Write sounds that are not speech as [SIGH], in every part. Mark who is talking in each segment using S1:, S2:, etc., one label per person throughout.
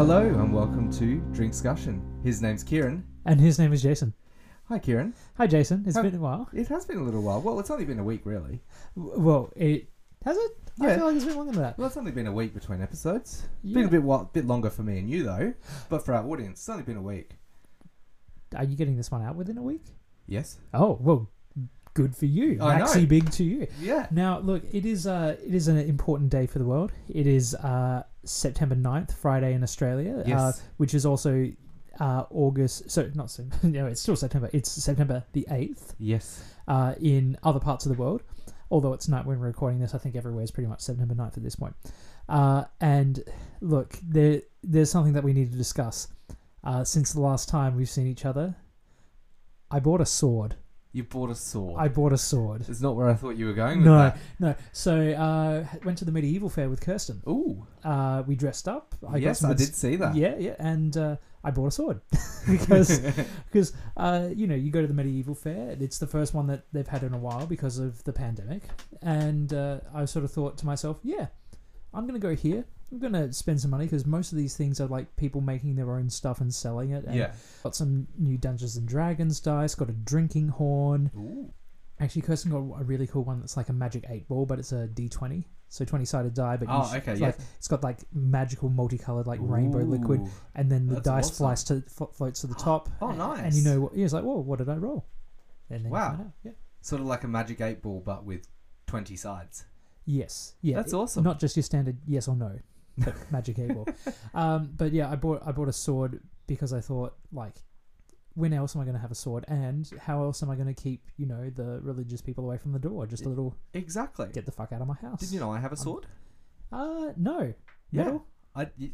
S1: Hello and welcome to Drink Discussion. His name's Kieran.
S2: And his name is Jason.
S1: Hi, Kieran.
S2: Hi, Jason. It's
S1: Hi.
S2: been a while.
S1: It has been a little while. Well, it's only been a week, really.
S2: W- Well, it has it.
S1: Yeah.
S2: I feel like it's been longer than that.
S1: Well, it's only been a week between episodes. It's
S2: Yeah.
S1: Been a bit while, bit longer for me and you though, but for our audience, it's only been a week.
S2: Are you getting this one out within a week?
S1: Yes.
S2: Oh well, good for you.
S1: I know.
S2: Maxi big to you.
S1: Yeah.
S2: Now look, it is uh, it is an important day for the world. It is uh, September 9th, Friday in Australia, uh,
S1: Yes.
S2: which is also uh, August. So not Sep- [LAUGHS] no, it's still September. It's September the eighth
S1: yes.
S2: uh, in other parts of the world. Although it's night when we're recording this, I think everywhere is pretty much September 9th at this point. Uh, and look, there there's something that we need to discuss. Uh, since the last time we've seen each other, I bought a sword.
S1: You bought a sword.
S2: I bought a sword.
S1: It's not where I thought you were going with
S2: No,
S1: that.
S2: no. So uh, went to the medieval fair with Kirsten.
S1: Ooh.
S2: Uh, we dressed up. got
S1: yes,
S2: some
S1: I
S2: good-
S1: did see that.
S2: Yeah, yeah, and uh, I bought a sword [LAUGHS]
S1: [LAUGHS]
S2: because because uh, you know you go to the medieval fair. It's the first one that they've had in a while because of the pandemic, and uh, I sort of thought to myself, yeah, I'm gonna go here. I'm gonna spend some money because most of these things are like people making their own stuff and selling it. And
S1: Yeah.
S2: Got some new Dungeons and Dragons dice. Got a drinking horn.
S1: Ooh.
S2: Actually, Kirsten got a really cool one that's like a magic eight ball, but it's a D20. So twenty sided die, but you
S1: Oh,
S2: sh-
S1: okay,
S2: it's
S1: yeah.
S2: like it's got like magical, multicolored, like rainbow liquid
S1: Ooh.
S2: and then the
S1: That's
S2: dice
S1: awesome.
S2: flies to flo- floats to
S1: [GASPS]
S2: the top.
S1: Oh,
S2: a-
S1: nice.
S2: And you know, what- he's like, "Whoa, what did I roll?" And then you
S1: Wow.
S2: find out, Yeah.
S1: Sort of like a magic eight ball, but with twenty sides.
S2: Yes. Yeah.
S1: That's
S2: it-
S1: awesome.
S2: Not just your standard yes or no,
S1: [LAUGHS]
S2: but magic eight ball. Um, but yeah, I bought I bought a sword because I thought like, when else am I going to have a sword, and how else am I going to keep you know the religious people away from the door? Just a little
S1: Exactly.
S2: get the fuck out of my house.
S1: Didn't you know I have a
S2: Um,
S1: sword?
S2: Uh, no.
S1: Yeah.
S2: Metal?
S1: I y-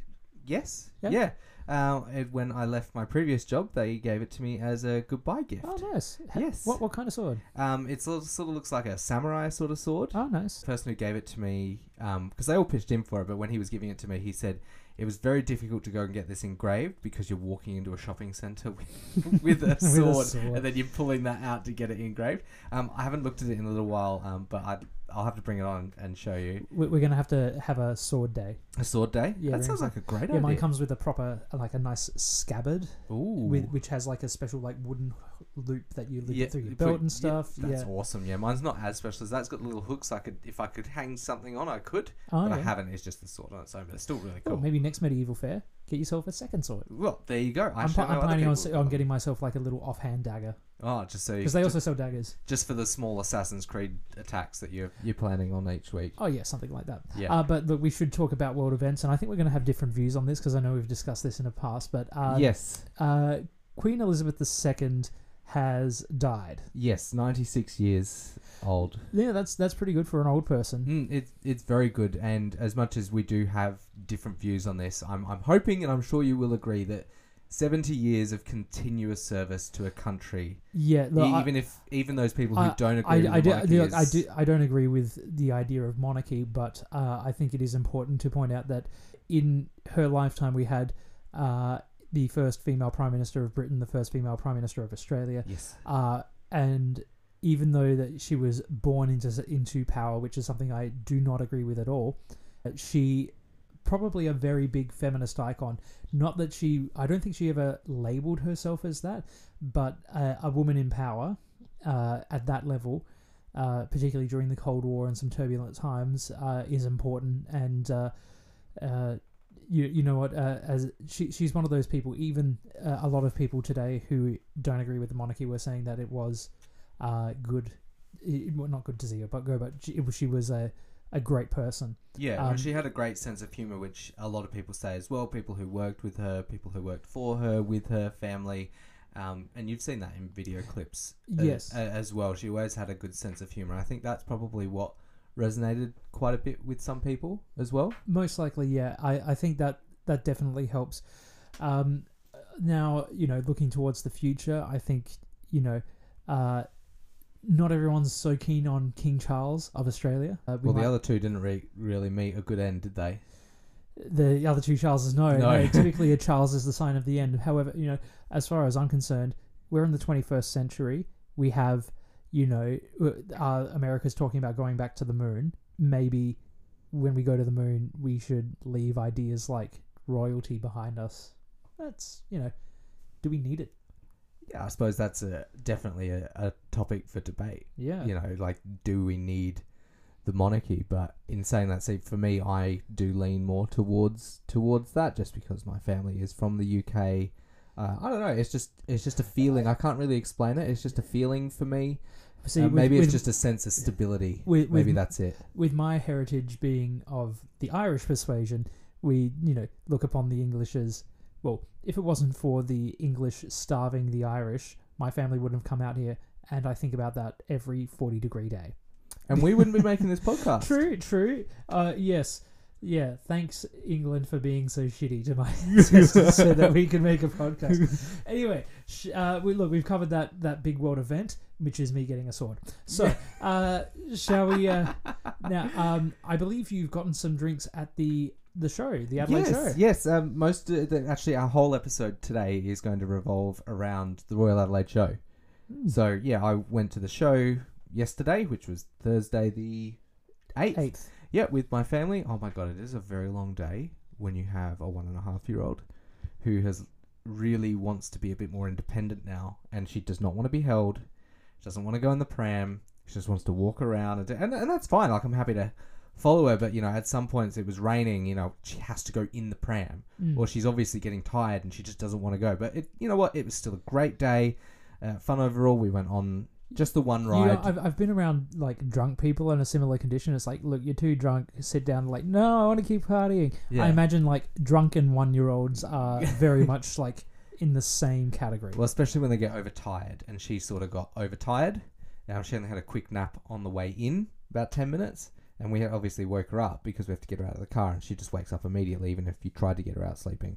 S1: yes.
S2: Yeah.
S1: Yeah. Um, it- when I left my previous job, they gave it to me as a goodbye gift.
S2: Oh, nice. Ha-
S1: Yes.
S2: What what kind of sword?
S1: Um, it sort of, sort of looks like a samurai sort of sword.
S2: Oh,
S1: The
S2: nice.
S1: person who gave it to me, because they all pitched in for it, but when he was giving it to me, he said it was very difficult to go and get this engraved because you're walking into a shopping centre [LAUGHS] with, with
S2: [LAUGHS]
S1: a sword,
S2: sword.
S1: and then you're pulling that out to get it engraved. Um, I haven't looked at it in a little while, um, but I'd, I'll have to bring it on and show you.
S2: We- We're gonna have to have a sword day.
S1: A sword day?
S2: Yeah,
S1: that
S2: very
S1: sounds like a great
S2: Yeah, mine
S1: idea.
S2: comes with a proper, like a nice scabbard,
S1: Ooh.
S2: with, which has like a special like wooden loop that you loop through your
S1: put-
S2: belt and
S1: yeah,
S2: stuff. Yeah,
S1: that's awesome. Yeah, mine's not as special as that. It's got little hooks. I could, if I could hang something on, I could.
S2: Oh,
S1: but I
S2: yeah.
S1: haven't. It's just the sword on its own. But it's still really
S2: Oh,
S1: cool.
S2: maybe next medieval fair, get yourself a second sword.
S1: well, there you go. I
S2: I'm,
S1: shall
S2: pl- I'm
S1: know other
S2: planning
S1: people
S2: on, s-
S1: who've
S2: on
S1: got
S2: getting myself like a little offhand dagger
S1: them. Oh, just so you, just,
S2: because they also sell daggers.
S1: just for the small Assassin's Creed attacks that you're you're planning on each week.
S2: Oh yeah, something like that.
S1: Yeah.
S2: Uh, but look, we should talk about world events, and I think we're going to have different views on this because I know we've discussed this in the past. But uh,
S1: yes,
S2: uh, Queen Elizabeth II has died.
S1: yes, ninety six years old.
S2: Yeah, that's that's pretty good for an old person.
S1: Mm, it's it's very good, and as much as we do have different views on this, I'm I'm hoping, and I'm sure you will agree that seventy years of continuous service to a country,
S2: Yeah, look,
S1: e-
S2: I-
S1: even if even those people
S2: I-
S1: who don't agree
S2: I,
S1: with
S2: I, do,
S1: the
S2: I,
S1: monarchy
S2: do, I
S1: is-
S2: do. I don't agree with the idea of monarchy, but uh, I think it is important to point out that in her lifetime we had uh, the first female prime minister of Britain, the first female prime minister of Australia,
S1: yes,
S2: uh, and even though that she was born into into power, which is something I do not agree with at all, uh, she probably a very big feminist icon. Not that she, I don't think she ever labeled herself as that, but uh, a woman in power uh, at that level. Uh, particularly during the Cold War and some turbulent times, uh, is important. And uh, uh, you you know what? Uh, as she she's one of those people. Even uh, a lot of people today who don't agree with the monarchy were saying that it was uh, good, it, well, not good to see her, but go. But she, it was, she was a a great person.
S1: Yeah,
S2: Um,
S1: and she had a great sense of humor, which a lot of people say as well. People who worked with her, people who worked for her, with her family, um, and you've seen that in video clips. a-
S2: Yes.
S1: a- as well. She always had a good sense of humor. I think that's probably what resonated quite a bit with some people as well.
S2: Most likely, yeah. I, I think that that definitely helps. Um, now, you know, looking towards the future, I think, you know, uh, not everyone's so keen on King Charles of Australia. Uh, we
S1: well,
S2: might-
S1: the other two didn't re- really meet a good end, did they?
S2: the other two Charleses, no.
S1: No. [LAUGHS]
S2: no, typically, a Charles is the sign of the end. However, you know, as far as I'm concerned, we're in the 21st century. We have, you know, uh, America's talking about going back to the moon. Maybe when we go to the moon, we should leave ideas like royalty behind us. That's you know, do we need it?
S1: Yeah, I suppose that's a, definitely a, a topic for debate.
S2: Yeah,
S1: You know, like, do we need the monarchy? But in saying that, see, for me, I do lean more towards towards that, just because my family is from the UK. Uh, I don't know. It's just it's just a feeling. I can't really explain it. It's just a feeling for me.
S2: See,
S1: Uh,
S2: with-
S1: maybe it's
S2: with-
S1: just a sense of stability.
S2: with-
S1: maybe
S2: with-
S1: that's
S2: [LAUGHS]
S1: it.
S2: with my heritage being of the Irish persuasion, we, you know, look upon the English as well, if it wasn't for the English starving the Irish, my family wouldn't have come out here, and I think about that every 40 degree day.
S1: And we wouldn't be making this podcast.
S2: True, true. Uh, yes. Yeah, thanks England for being so shitty to my [LAUGHS] ancestors so that we could make a podcast.
S1: [LAUGHS]
S2: Anyway, sh- uh, we look, we've covered that that big world event, which is me getting a sword. So, uh, shall we? Uh, now, um, I believe you've gotten some drinks at the the show, the Adelaide
S1: yes,
S2: show.
S1: yes. Um, most of the, actually, our whole episode today is going to revolve around the Royal Adelaide Show. So yeah, I went to the show yesterday, which was Thursday the eighth.
S2: Eighth.
S1: Yeah, with my family. Oh my god, it is a very long day when you have a one and a half year old who has really wants to be a bit more independent now, and she does not want to be held. She doesn't want to go in the pram. She just wants to walk around, and, do- and and that's fine. Like I'm happy to follow her, but you know, at some points it was raining. You know, she has to go in the pram,
S2: Mm.
S1: or she's obviously getting tired and she just doesn't want to go. But it, you know what? It was still a great day, uh, fun overall. We went on just the one
S2: You know,
S1: ride.
S2: I've, I've been around like drunk people in a similar condition. It's like, look, you're too drunk. Sit down. Like, no, I want to keep partying. I
S1: Yeah.
S2: imagine like drunken one year
S1: [LAUGHS]
S2: olds are very much like in the same category.
S1: Well, especially when they get overtired, and she sort of got overtired. Now she only had a quick nap on the way in, about ten minutes, and we obviously woke her up because we have to get her out of the car, and she just wakes up immediately, even if you tried to get her out sleeping.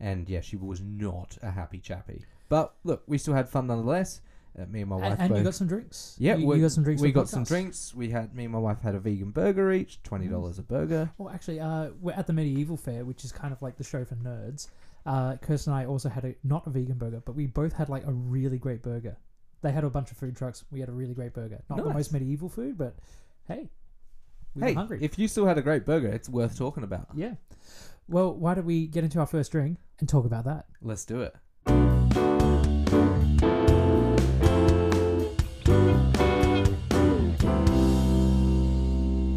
S1: And yeah, she was not a happy chappy. But look, we still had fun nonetheless. Uh, me and my
S2: A-
S1: wife
S2: and,
S1: both.
S2: you got some drinks.
S1: yeah,
S2: you,
S1: we
S2: you got some drinks.
S1: We
S2: for the
S1: got some
S2: podcast.
S1: drinks. We had me and my wife had a vegan burger each, twenty dollars a burger.
S2: Well, actually, uh, we're at the medieval fair, which is kind of like the show for nerds. Uh, Kirsten and I also had a not a vegan burger, but we both had like a really great burger. They had a bunch of food trucks. We had a really great burger. Not the
S1: Nice.
S2: most medieval food, but hey, we
S1: hey,
S2: were hungry.
S1: if you still had a great burger, it's worth talking about.
S2: yeah. Well, why don't we get into our first drink and talk about that?
S1: Let's do it.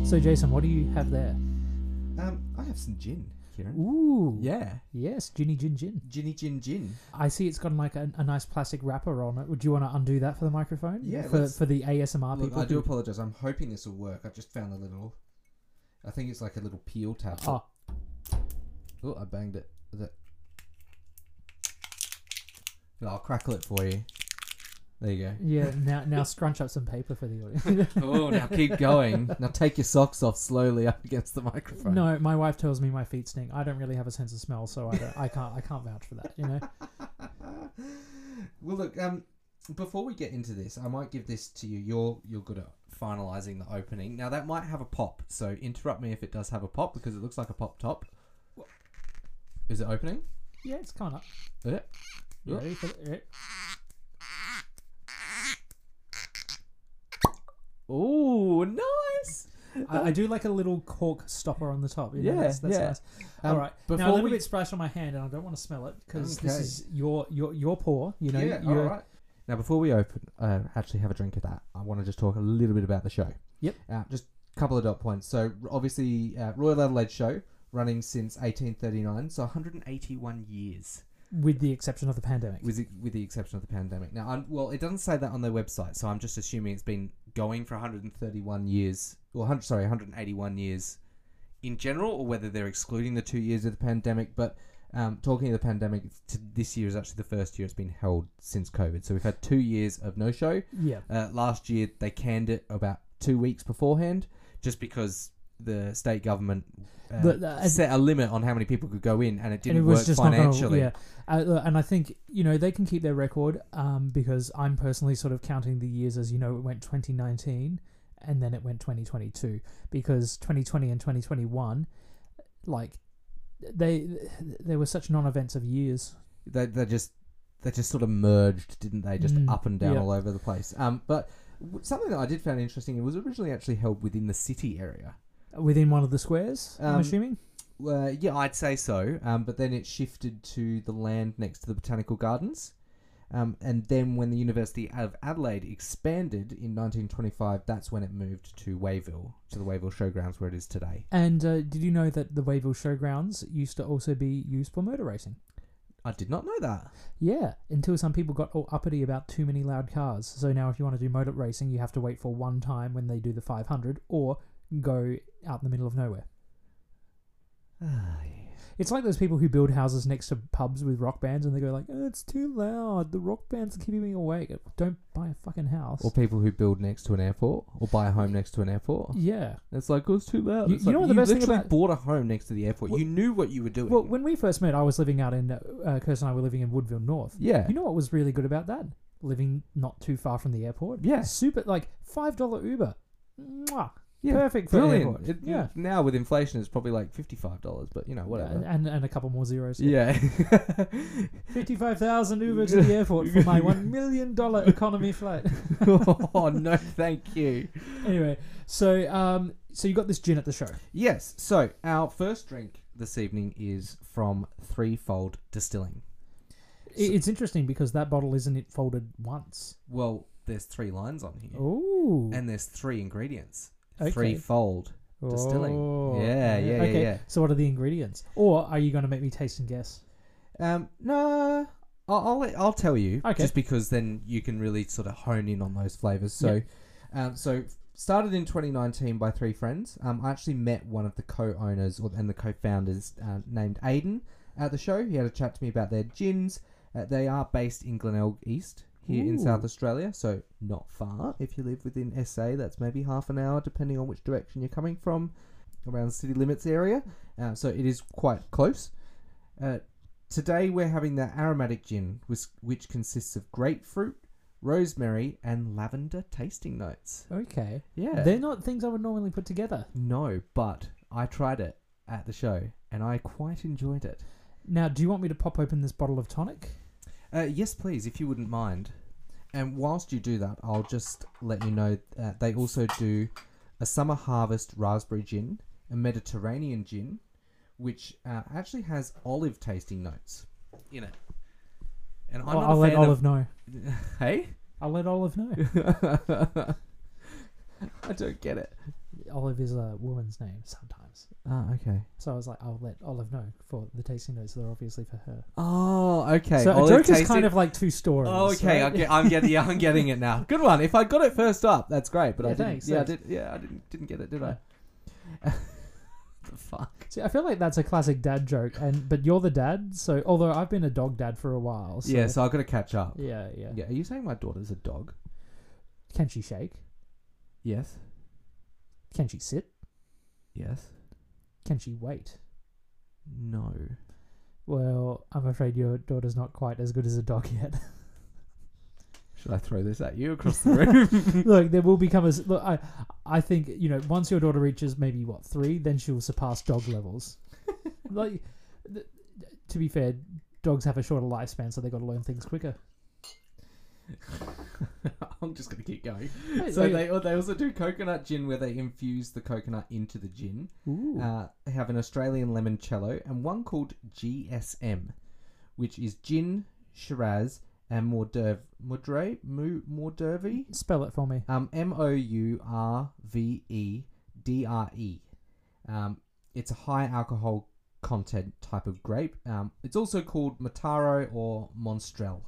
S2: So, Jason, what do you have there?
S1: Um, I have some gin, Kieran.
S2: Ooh.
S1: Yeah,
S2: Yes, ginny gin gin.
S1: ginny gin gin.
S2: I see it's got like a, a nice plastic wrapper on it. Would you want to undo that for the microphone?
S1: Yeah,
S2: For,
S1: let's-
S2: for the ASMR
S1: Look,
S2: people.
S1: I do
S2: who-
S1: apologize. I'm hoping this will work. I just found a little. I think it's like a little peel tab. Oh,
S2: Oh,
S1: I banged it. Is it? Look, I'll crackle it for you. There you
S2: [LAUGHS]
S1: go. [LAUGHS]
S2: yeah. Now, now scrunch up some paper for the audience.
S1: Oh, now keep going. now take your socks off slowly up against the microphone.
S2: [LAUGHS] no, my wife tells me my feet stink. I don't really have a sense of smell, so I, don't, I can't. I can't vouch for that. You
S1: [LAUGHS]
S2: know.
S1: well, look. Um, before we get into this, I might give this to you. You're you're good at finalizing the opening. Now that might have a pop, so interrupt me if it does have a pop because it looks like a pop top. Is it opening?
S2: Yeah, it's coming up.
S1: Yeah.
S2: You
S1: Yeah.
S2: ready for the-
S1: Oh, nice.
S2: I, I do like a little cork stopper on the top. You know,
S1: Yeah,
S2: that's, that's
S1: yeah.
S2: nice.
S1: Um,
S2: All right.
S1: before
S2: now a little
S1: we-
S2: bit splashed on my hand, and I don't want to smell it because this
S1: Okay.
S2: is your your your pour. You know. your,
S1: Now, before we open, uh, actually have a drink of that. I want to just talk a little bit about the show.
S2: Yep.
S1: Uh, just a couple of dot points. So, r- obviously, uh, Royal Adelaide Show running since 1839, so 181 years,
S2: With the exception of the pandemic.
S1: with the, with the exception of the pandemic. Now, I'm, well, it doesn't say that on their website, so I'm just assuming it's been going for 131 years, or 100, sorry, 181 years in general, or whether they're excluding the two years of the pandemic. But um, talking of the pandemic, it's t- this year is actually the first year it's been held since COVID. So we've had two years of no show.
S2: yeah.
S1: Uh, last year, they canned it about two weeks beforehand, just because the state government uh,
S2: The- the-
S1: set a limit on how many people could go in, and it
S2: and
S1: didn't
S2: it was
S1: work
S2: just
S1: financially.
S2: Not gonna, yeah, uh, and I think you know they can keep their record um, because I'm personally sort of counting the years as you know it went 2019 and then it went 2022 because 2020 and 2021, like they they were such non-events of years.
S1: They, they just they just sort of merged, didn't they? Just
S2: Mm,
S1: up and down
S2: yeah.
S1: all over the place. Um, but w- something that I did find interesting, it was originally actually held within the city area.
S2: Within one of the squares, I'm
S1: Um,
S2: assuming.
S1: Uh, yeah, I'd say so. Um, but then it shifted to the land next to the botanical gardens. Um, and then when the University of Adelaide expanded in 1925, that's when it moved to Wayville, to the Wayville Showgrounds where it is today.
S2: And uh, did you know that the Wayville Showgrounds used to also be used for motor racing?
S1: I did not know that.
S2: Yeah, until some people got all uppity about too many loud cars. So now, if you want to do motor racing, you have to wait for one time when they do the 500 or go out in the middle of nowhere. Ah, It's like those people who build houses next to pubs with rock bands and they go like, oh, it's too loud. The rock band's keeping me awake. Don't buy a fucking house.
S1: Or people who build next to an airport or buy a home next to an airport.
S2: yeah.
S1: It's like, oh, it's too loud.
S2: You-
S1: It's
S2: you know
S1: like,
S2: what the best thing
S1: literally
S2: about-
S1: bought a home next to the airport.
S2: Well-
S1: you knew what you were doing.
S2: Well, when we first met, I was living out in, uh, uh, Kirsten and I were living in Woodville North.
S1: yeah.
S2: You know what was really good about that? Living not too far from the airport.
S1: Yeah.
S2: Super, like $5 Uber. Mwah.
S1: yeah.
S2: Perfect for the airport.
S1: Brilliant. It-
S2: yeah.
S1: Now with inflation, it's probably like $55, but you know,
S2: And,
S1: whatever.
S2: and, and a couple more zeros.
S1: Yeah.
S2: 55,000 Uber to the airport
S1: [LAUGHS]
S2: for my $1 million economy flight. [LAUGHS]
S1: oh, no, thank you.
S2: anyway, so um, so you got this gin at the show.
S1: Yes. So our first drink this evening is from Threefold Distilling.
S2: I- It's interesting because that bottle isn't it folded once.
S1: Well, there's three lines on here,
S2: Oh,
S1: and there's three ingredients.
S2: Okay.
S1: Threefold distilling. Yeah, yeah, yeah, yeah.
S2: Oh. So what are the ingredients? Or are you going to make me taste and guess?
S1: Um, no, I'll I'll, let- I'll tell you.
S2: Okay.
S1: Just because then you can really sort of hone in on those flavors. So, um, so started in 2019 by three friends. Um, I actually met one of the co-owners or, and the co-founders uh, named Aiden at the show. He had a chat to me about their gins. Uh, they are based in Glenelg East here in
S2: Ooh.
S1: South Australia, so not far. If you live within SA, that's maybe half an hour, depending on which direction you're coming from, around the city limits area. Uh, so it is quite close. Uh, today we're having the aromatic gin, which, which consists of grapefruit, rosemary, and lavender tasting notes.
S2: Okay.
S1: Yeah.
S2: They're not things I would normally put together.
S1: no, but I tried it at the show and I quite enjoyed it.
S2: Now, do you want me to pop open this bottle of tonic?
S1: Uh, yes, please, if you wouldn't mind. And whilst you do that, I'll just let you know uh, they also do a summer harvest raspberry gin, a Mediterranean gin, which uh, actually has olive tasting notes in it. And I'm
S2: I'll,
S1: not
S2: I'll
S1: a
S2: let
S1: fan
S2: Olive
S1: of
S2: know.
S1: [LAUGHS] hey.
S2: I'll let
S1: [LAUGHS]
S2: Olive know.
S1: I don't get it.
S2: Olive is a woman's name sometimes.
S1: Ah, okay.
S2: So I was like, I'll let Olive know for the tasting notes. They're obviously for her.
S1: Oh, okay.
S2: so
S1: Olive
S2: a joke is
S1: tasting-
S2: kind of like two stories.
S1: Oh, okay.
S2: right?
S1: I'm, get, I'm getting. Yeah, I'm getting it now. Good one. If I got it first up, that's great. But I
S2: Yeah,
S1: didn't.
S2: thanks,
S1: yeah, I
S2: thanks.
S1: did. Yeah, I didn't. Didn't get it, did I? [LAUGHS] the fuck.
S2: [LAUGHS] See, I feel like that's a classic dad joke, and but you're the dad, so although I've been a dog dad for a while, so
S1: yeah. So I've got to catch up. Yeah.
S2: yeah, yeah.
S1: Are you saying my daughter's a dog?
S2: Can she shake?
S1: Yes.
S2: Can she sit?
S1: Yes.
S2: Can she wait?
S1: No.
S2: Well, I'm afraid your daughter's not quite as good as a dog [LAUGHS] yet.
S1: Should I throw this at you across the
S2: [LAUGHS]
S1: room? [LAUGHS]
S2: look, there will become a s- look. I, I think you know once your daughter reaches maybe what three, then she will surpass dog
S1: [LAUGHS]
S2: levels. like, th- to be fair, dogs have a shorter lifespan, so they got to learn
S1: [LAUGHS]
S2: things quicker.
S1: I'm just gonna keep going.
S2: Hey,
S1: So
S2: like-
S1: they they also do coconut gin where they infuse the coconut into the gin.
S2: Ooh.
S1: uh, have an Australian limoncello and one called GSM, which is gin, Shiraz, and Mordev, Mordre, Mu, Mordervy,
S2: spell it for me.
S1: um, M O U R V E D R E. Um, it's a high alcohol content type of grape. Um, it's also called Mataro or Monstrel.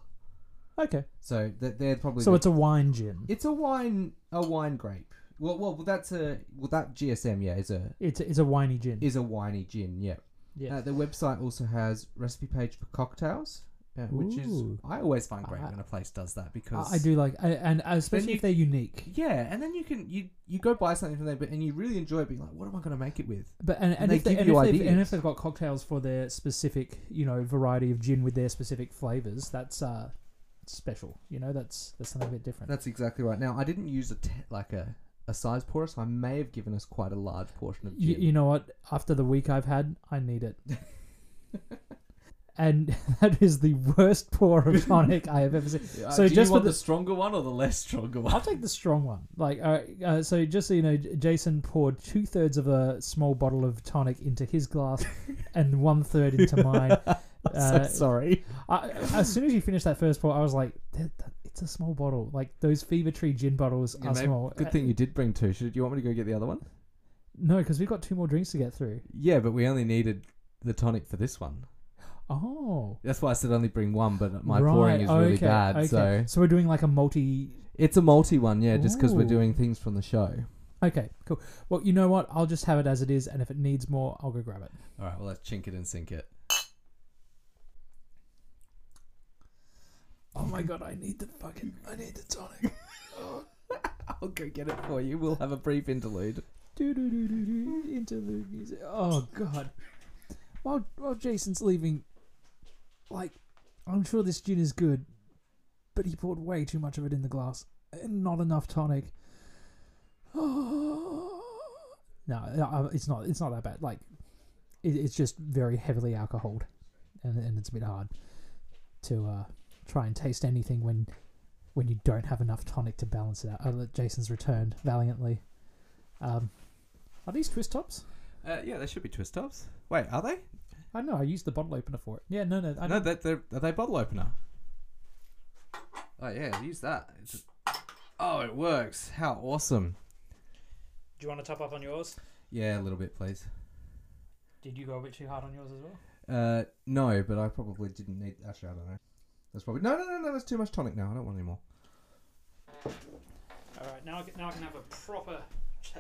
S2: Okay,
S1: So that they're probably
S2: so
S1: the-
S2: it's a wine gin.
S1: it's a wine a wine grape. Well, well, that's a well that GSM yeah is a
S2: It's a, it's a winey gin.
S1: is a winey gin yeah.
S2: yeah.
S1: Uh, the website also has recipe page for cocktails, uh, which is
S2: Ooh.
S1: I always find great
S2: I-
S1: when a place does that because
S2: I I do like, I, and uh, especially
S1: you-
S2: if they're unique.
S1: Yeah, and then you can you you go buy something from there, but and you really enjoy it, being like, what am I going to make it with?
S2: But and, and,
S1: they
S2: if they,
S1: give
S2: and,
S1: you
S2: if they've, and
S1: ideas.
S2: if they've got cocktails for their specific, you know, variety of gin with their specific flavors, that's uh special. You know, that's that's something a bit different.
S1: That's exactly right. Now I didn't use a t- like a a size pour, so I may have given us quite a large portion of
S2: you,
S1: gin.
S2: you know what? After the week I've had, I need it. and [LAUGHS] that is the worst pour of tonic I have
S1: [LAUGHS]
S2: ever seen.
S1: Uh,
S2: So
S3: so do
S2: just
S3: just you
S2: for
S3: want
S2: the-
S3: the, stronger one or the less stronger one?
S2: I'll take the strong one. Like, uh, uh, so just so you know, J- Jason poured two thirds of a small bottle of tonic into his glass,
S1: [LAUGHS]
S2: and one third into mine. Uh,
S1: sorry.
S2: I, as soon as you finished that first pour, I was like, "That- that- "It's a small bottle. Like those Fever Tree gin bottles
S1: Yeah,
S2: are
S1: maybe-
S2: small."
S1: Good
S2: Uh,
S1: thing you did bring two. Should you want me to go get the other one?
S2: No, because we've got two more drinks to get through.
S1: Yeah, but we only needed the tonic for this one.
S2: Oh,
S1: That's why I said only bring one, but my
S2: right,
S1: pouring is really
S2: okay,
S1: bad.
S2: okay.
S1: So
S2: we're doing like a multi.
S1: it's a multi one, yeah, just because we're
S2: Ooh.
S1: doing things from the show.
S2: Okay, cool. Well, you know what? I'll just have it as it is, and if it needs more, I'll go grab it.
S1: All right, well, let's chink it and sink it.
S2: Oh my god, I need the fucking, I need the tonic.
S1: [LAUGHS] I'll go get it for you. We'll have a brief interlude.
S2: Do-do-do-do-do, into the music. Oh god. While while Jason's leaving, like, I'm sure this gin is good, but he poured way too much of it in the glass and not enough tonic. no, no, it's not. It's not that bad. Like, it, it's just very heavily alcoholed, and and it's a bit hard to uh, try and taste anything when when you don't have enough tonic to balance it out. Oh, look, Jason's returned valiantly. Um, are these twist tops?
S1: Uh, yeah, they should be twist tops. Wait, are they?
S2: I don't know. I used the bottle opener for it. Yeah, no, no. I
S1: no, that they're, are they bottle opener? Oh yeah, use that. It's just- Oh, it works. How awesome!
S2: Do you want to top up on yours?
S1: Yeah, a little bit, please.
S2: Did you go a bit too hard on yours as well?
S1: Uh, no, but I probably didn't need. Actually, I don't know. That's probably no, no, no, no. That's too much tonic now. I don't want any more.
S2: All right, now I can, now I can have a proper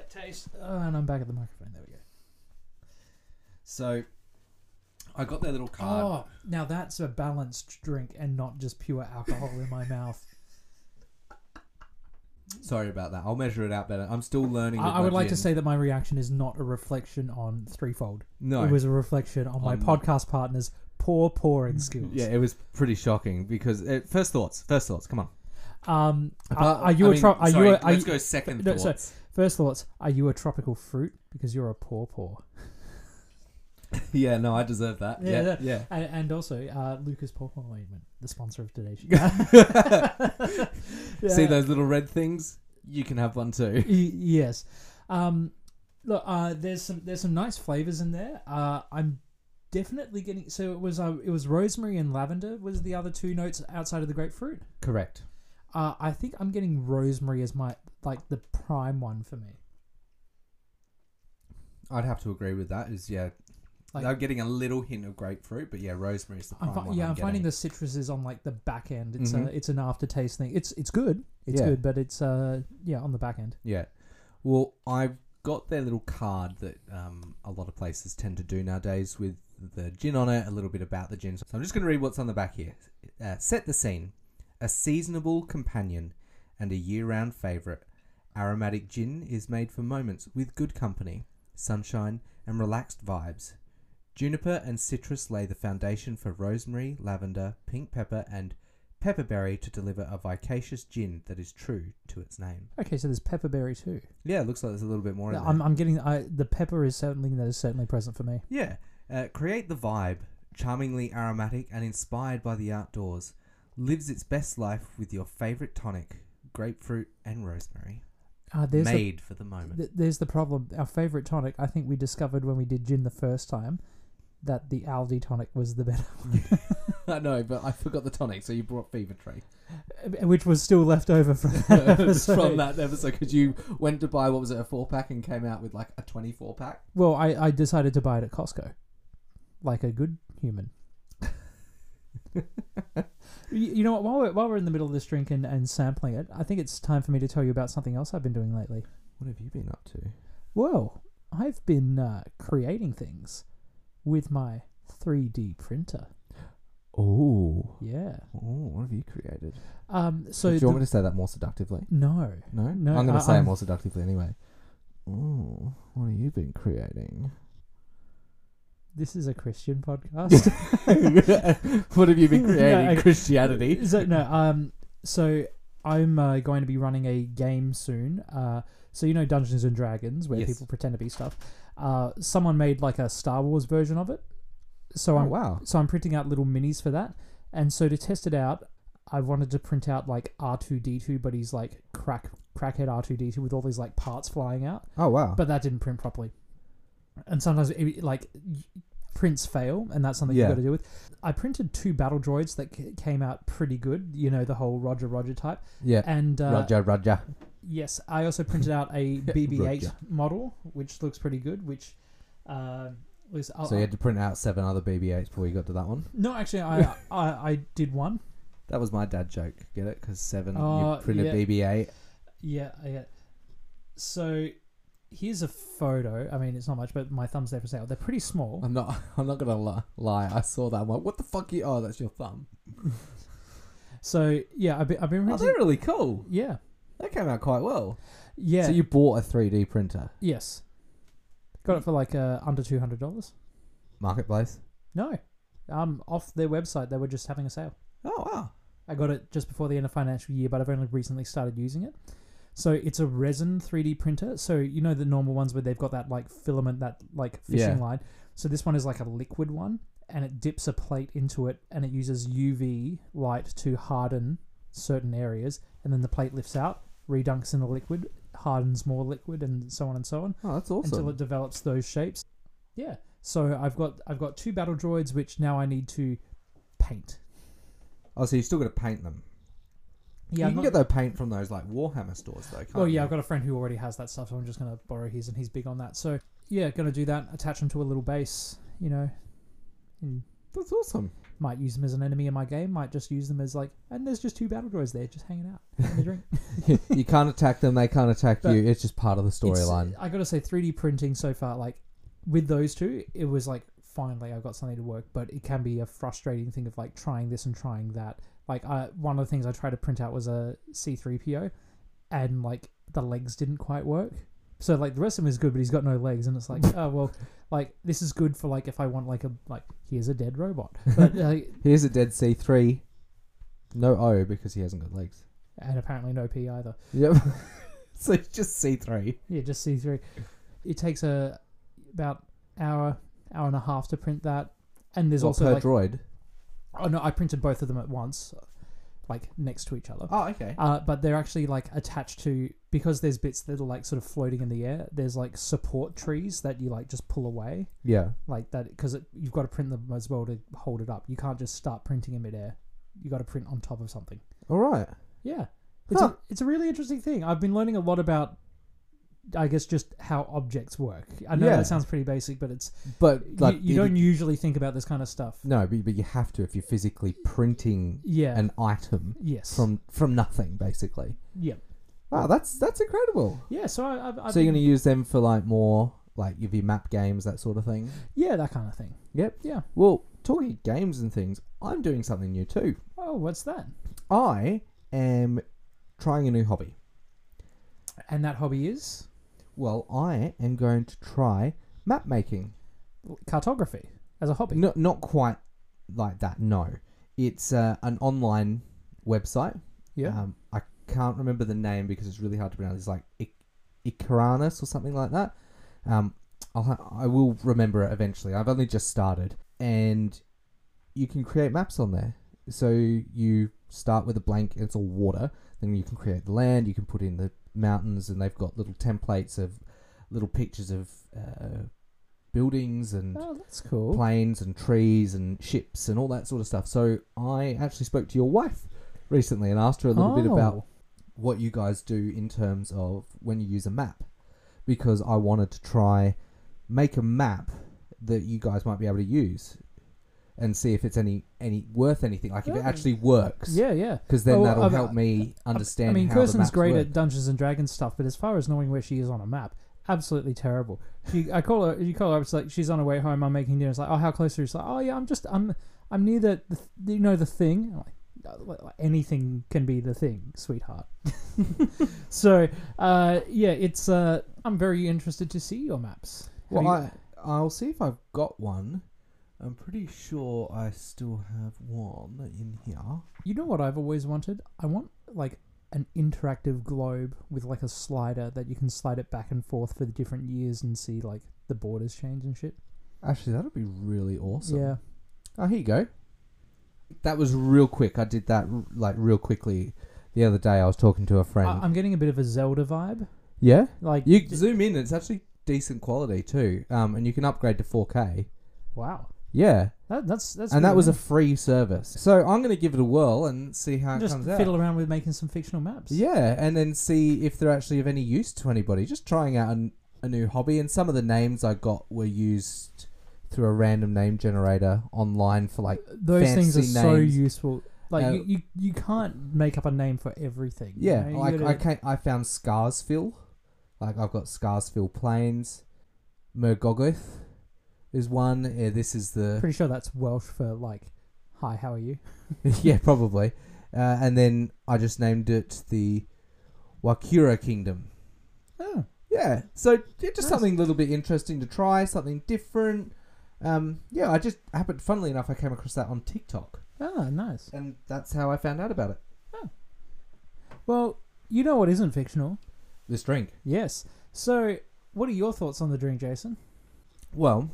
S2: taste. Oh, and I'm back at the microphone. There we go.
S1: So, I got their little card.
S2: Oh, now that's a balanced drink and not just pure alcohol in my
S1: [LAUGHS]
S2: mouth.
S1: Sorry about that. I'll measure it out better. I'm still learning. with
S2: I, I
S1: my
S2: would like to
S1: gin.
S2: say that my reaction is not a reflection on threefold.
S1: no.
S2: It was a reflection on my
S1: On- Mm,
S2: podcast partner's poor pouring skills.
S1: yeah, it was pretty shocking because it, first thoughts, first thoughts. Come on.
S2: Um, are,
S1: Apart-
S2: are you
S1: I
S2: a
S1: mean,
S2: tro- are
S1: sorry,
S2: you a, are
S1: let's
S2: you,
S1: go second
S2: no, sorry.
S1: thoughts. [LAUGHS]
S2: first thoughts? Are you a tropical fruit because you're a poor poor?
S1: yeah, no, I deserve that.
S2: Yeah,
S1: Yeah,
S2: that-
S1: yeah.
S2: And, and also, uh, Lucas Popcorn Ointment, the sponsor of today's
S1: [LAUGHS]
S2: show. [LAUGHS]
S1: See
S2: Yeah.
S1: those little red things? You can have one too.
S2: Y- yes. Um, look, uh, there's some there's some nice flavors in there. Uh, I'm definitely getting. So it was uh, it was rosemary and lavender was the other two notes outside of the grapefruit.
S1: Correct.
S2: Uh, I think I'm getting rosemary as my like the prime one for me.
S1: I'd have to agree with that. Is yeah,
S2: Like-
S1: I'm getting a little hint of grapefruit, but yeah, rosemary's the
S2: I'm
S1: prime
S2: fi-
S1: one.
S2: yeah, I'm,
S1: I'm
S2: finding
S1: getting.
S2: the citrus is on like the back end. It's
S1: Mhm.
S2: a, it's an aftertaste thing. It's it's good. It's
S1: Yeah.
S2: good, but it's uh yeah on the back end.
S1: Yeah. Well, I've got their little card that um, a lot of places tend to do nowadays with the gin on it, a little bit about the gin. So I'm just going to read what's on the back here. Uh, set the scene. A seasonable companion and a year round favourite. Aromatic gin is made for moments with good company, sunshine, and relaxed vibes. Juniper and citrus lay the foundation for rosemary, lavender, pink pepper, and pepperberry to deliver a vivacious gin that is true to its name.
S2: Okay, so there's pepperberry too.
S1: Yeah, it looks like there's a little bit more in there.
S2: I'm, I'm getting I, the pepper is something that is certainly present for me.
S1: yeah. Uh, create the vibe, charmingly aromatic and inspired by the outdoors. Lives its best life with your favorite tonic, grapefruit and rosemary.
S2: Uh, there's the,
S1: Made for the moment.
S2: th- there's the problem. Our favorite tonic. I think we discovered when we did gin the first time that the Aldi tonic was the better, [LAUGHS]
S1: I know, but I forgot the tonic, so you brought Fever [LAUGHS] Tree.
S2: which was still left over from that episode.
S1: From that episode, because you went to buy, what was it, a four pack and came out with like a 24 pack?
S2: Well, I, I decided to buy it at Costco, like a good human. [LAUGHS] you, you know what? While we're, while we're in the middle of this drink and, and sampling it, I think it's time for me to tell you about something else I've been doing lately.
S1: What have you been up to?
S2: Well, I've been uh, creating things with my 3D printer.
S1: Oh.
S2: Yeah.
S1: Oh, what have you created?
S2: Um. So
S1: Do you want
S2: the-
S1: me to say that more seductively?
S2: no.
S1: No,
S2: No,
S1: I'm going
S2: I-
S1: to say
S2: I'm-
S1: it more seductively anyway. Oh, what have you been
S2: [LAUGHS]
S1: creating? [LAUGHS]
S2: This is a Christian
S1: [LAUGHS]
S2: podcast. [LAUGHS]
S1: what have you been creating?
S2: Yeah, okay.
S1: Christianity.
S2: so no. Um. So I'm uh, going to be running a game soon. Uh. So you know Dungeons and Dragons, where
S1: Yes.
S2: people pretend to be stuff. Uh. Someone made like a Star Wars version of it. So
S1: oh
S2: I'm
S1: wow.
S2: so I'm printing out little minis for that. And so to test it out, I wanted to print out like R two D two, but he's like crack crackhead R two D two with all these like parts flying out.
S1: Oh wow.
S2: But that didn't print properly. And sometimes it, like y- prints fail, and that's something
S1: Yeah.
S2: you've got to deal with. I printed two battle droids that c- came out pretty good. You know the whole Roger Roger type.
S1: yeah.
S2: And uh,
S1: Roger, Roger.
S2: Yes, I also printed out
S1: [LAUGHS]
S2: a BB-8
S1: Roger.
S2: model, which looks pretty good. Which uh, was I'll-
S1: So you had to print out seven other BB-8s before you got to that one.
S2: no, actually, I,
S1: [LAUGHS]
S2: I I did one.
S1: That was my dad joke. Get it? Because seven,
S2: Oh,
S1: you print
S2: yeah.
S1: a BB-8.
S2: Yeah, yeah. So here's a photo. I mean, it's not much, but my thumb's there for sale. They're pretty small.
S1: I'm not. [LAUGHS] I'm not gonna li- lie. I saw that. I'm like, what the fuck? You? Oh, that's your thumb.
S2: So yeah, I've been, I've been
S1: Oh, they're
S2: printing.
S1: really cool.
S2: Yeah,
S1: That came out quite well.
S2: yeah.
S1: So you bought a 3D printer,
S2: yes, got it for like uh, under two hundred dollars.
S1: marketplace.
S2: No, um, off their website. They were just having a sale.
S1: Oh wow.
S2: I got it just before the end of financial year, but I've only recently started using it. So it's a resin 3D printer. So you know the normal ones where they've got that like filament, that like fishing
S1: Yeah.
S2: line. So this one is like a liquid one, and it dips a plate into it, and it uses UV light to harden certain areas, and then the plate lifts out, redunks in the liquid, hardens more liquid, and so on and so on
S1: Oh, that's
S2: until it
S1: awesome.
S2: develops those shapes. Yeah. So I've got I've got two battle droids, which now I need to paint.
S1: Oh, so you still got to paint them. you
S2: Yeah, I'm
S1: can
S2: not-
S1: get that paint from those like Warhammer stores though. Can't
S2: Well, yeah,
S1: you?
S2: I've got a friend who already has that stuff, so I'm just going to borrow his, and he's big on that. So, yeah, going to do that, attach them to a little base, you know, and
S1: That's
S2: [LAUGHS]
S1: awesome.
S2: might use them as an enemy in my game, might just use them as like, and there's just two battle droids there just hanging out, having a drink.
S1: you can't attack them. They can't attack
S2: But
S1: you. It's just part of the
S2: It's- uh,
S1: storyline.
S2: I got to say, 3D printing so far, like, with those two, it was like, finally, I've got something to work, but it can be a frustrating thing of like trying this and trying that. Like, I, one of the things I tried to print out was a C3PO, and like, the legs didn't quite work. So, like, the rest of him is good, but he's got no legs, and it's like, oh, well, like, this is good for like if I want, like, a, like, here's a dead robot.
S1: [LAUGHS]
S2: But, like,
S1: Here's a dead C three. No O because he hasn't got legs.
S2: and apparently no P E either.
S1: Yep. [LAUGHS] so it's just C three.
S2: Yeah, just see through. It takes a about hour, hour and a half to print that, and there's
S1: Well,
S2: also
S1: per
S2: like
S1: droid.
S2: oh no, I printed both of them at once, like next to each other.
S1: Oh, okay.
S2: Uh, but they're actually like attached to because there's bits that are like sort of floating in the air. There's like support trees that you like just pull away
S1: Yeah.
S2: like that because you've got to print them as well to hold it up. You can't just start printing in midair. You got to print on top of something.
S1: All right.
S2: Yeah. It's,
S1: Huh.
S2: a, it's a really interesting thing. I've been learning a lot about, I guess, just how objects work. I know
S1: Yeah.
S2: that sounds pretty basic, but it's
S1: But like
S2: you, you don't usually think about this kind of stuff.
S1: No, but, but you have to if you're physically printing
S2: Yeah.
S1: an item
S2: yes.
S1: from from nothing basically.
S2: yeah.
S1: Wow, that's that's incredible.
S2: Yeah. So I, I've, I've
S1: so you're
S2: been-
S1: going to use them for like more like if you map games that sort of thing.
S2: yeah, that kind of thing.
S1: Yep.
S2: Yeah.
S1: Well, talking of games and things, I'm doing something new too.
S2: Oh, what's that?
S1: I am trying a new hobby.
S2: And that hobby is
S1: Well, I am going to try map making.
S2: cartography as a hobby.
S1: No, not quite like that. No, it's uh, an online website.
S2: Yeah.
S1: Um, I can't remember the name because it's really hard to pronounce. It's like I- Icaranus or something like that. Um, I'll ha- I will remember it eventually. I've only just started, and you can create maps on there. So you start with a blank. It's all water. Then you can create the land. You can put in the mountains, and they've got little templates of little pictures of uh, buildings and
S2: oh, that's cool.
S1: planes and trees and ships and all that sort of stuff. So I actually spoke to your wife recently and asked her a little bit about
S2: Oh,
S1: what you guys do in terms of when you use a map because I wanted to try make a map that you guys might be able to use and see if it's any any worth anything like if it
S2: Yeah.
S1: actually works
S2: Oh. Yeah, yeah.
S1: because then
S2: Oh,
S1: that'll
S2: I've-
S1: help me understand
S2: I mean,
S1: how the
S2: Kirsten's
S1: maps
S2: great
S1: work.
S2: at Dungeons and Dragons stuff, but as far as knowing where she is on a map, absolutely terrible. She, I call her. You call her. up, It's like she's on her way home. I'm making dinner. It's like, oh, how close are you? It's like, oh yeah, I'm just, I'm, I'm near the, the th- you know, the thing. I'm like, "No, like, anything can be the thing, sweetheart. [LAUGHS] so, uh, yeah, it's. Uh, I'm very interested to see your maps.
S1: Well,
S2: Have you-
S1: I, I'll see if I've got one. I'm pretty sure I still have one in here.
S2: You know what I've always wanted? I want like an interactive globe with like a slider that you can slide it back and forth for the different years and see like the borders change and shit.
S1: Actually, that'd be really awesome.
S2: Yeah.
S1: Oh, here you go. That was real quick. I did that r- like real quickly the other day. I was talking to a friend.
S2: I, I'm getting a bit of a Zelda vibe.
S1: yeah,
S2: Like
S1: you zoom in. It's actually decent quality too. Um, and you can upgrade to 4K.
S2: wow.
S1: Yeah,
S2: That, that's that's
S1: and that
S2: good.
S1: was a free service. So I'm gonna give it a whirl and see how it
S2: just
S1: comes out.
S2: fiddle around with making some fictional maps.
S1: Yeah, and then see if they're actually of any use to anybody. Just trying out an, a new hobby, and some of the names I got were used through a random name generator online for like
S2: those things are
S1: fancy
S2: so
S1: names.
S2: useful. Like
S1: Uh,
S2: you, you, you can't make up a name for everything. you
S1: Yeah,
S2: know? You
S1: like
S2: gotta-
S1: I can I found Scarsville. Like I've got Scarsville Plains. Mergogoth is one. Yeah, this is the
S2: pretty sure that's Welsh for like, hi, how are you?
S1: [LAUGHS] yeah probably, uh, and then I just named it the Wakura Kingdom.
S2: Oh,
S1: Yeah, so yeah, just
S2: Nice.
S1: something a little bit interesting to try, something different. Um, yeah, I just happened. Funnily enough, I came across that on TikTok,
S2: ah, nice.
S1: and that's how I found out about it.
S2: Well, you know what isn't fictional?
S1: This drink.
S2: Yes. So, what are your thoughts on the drink, Jason?
S1: Well,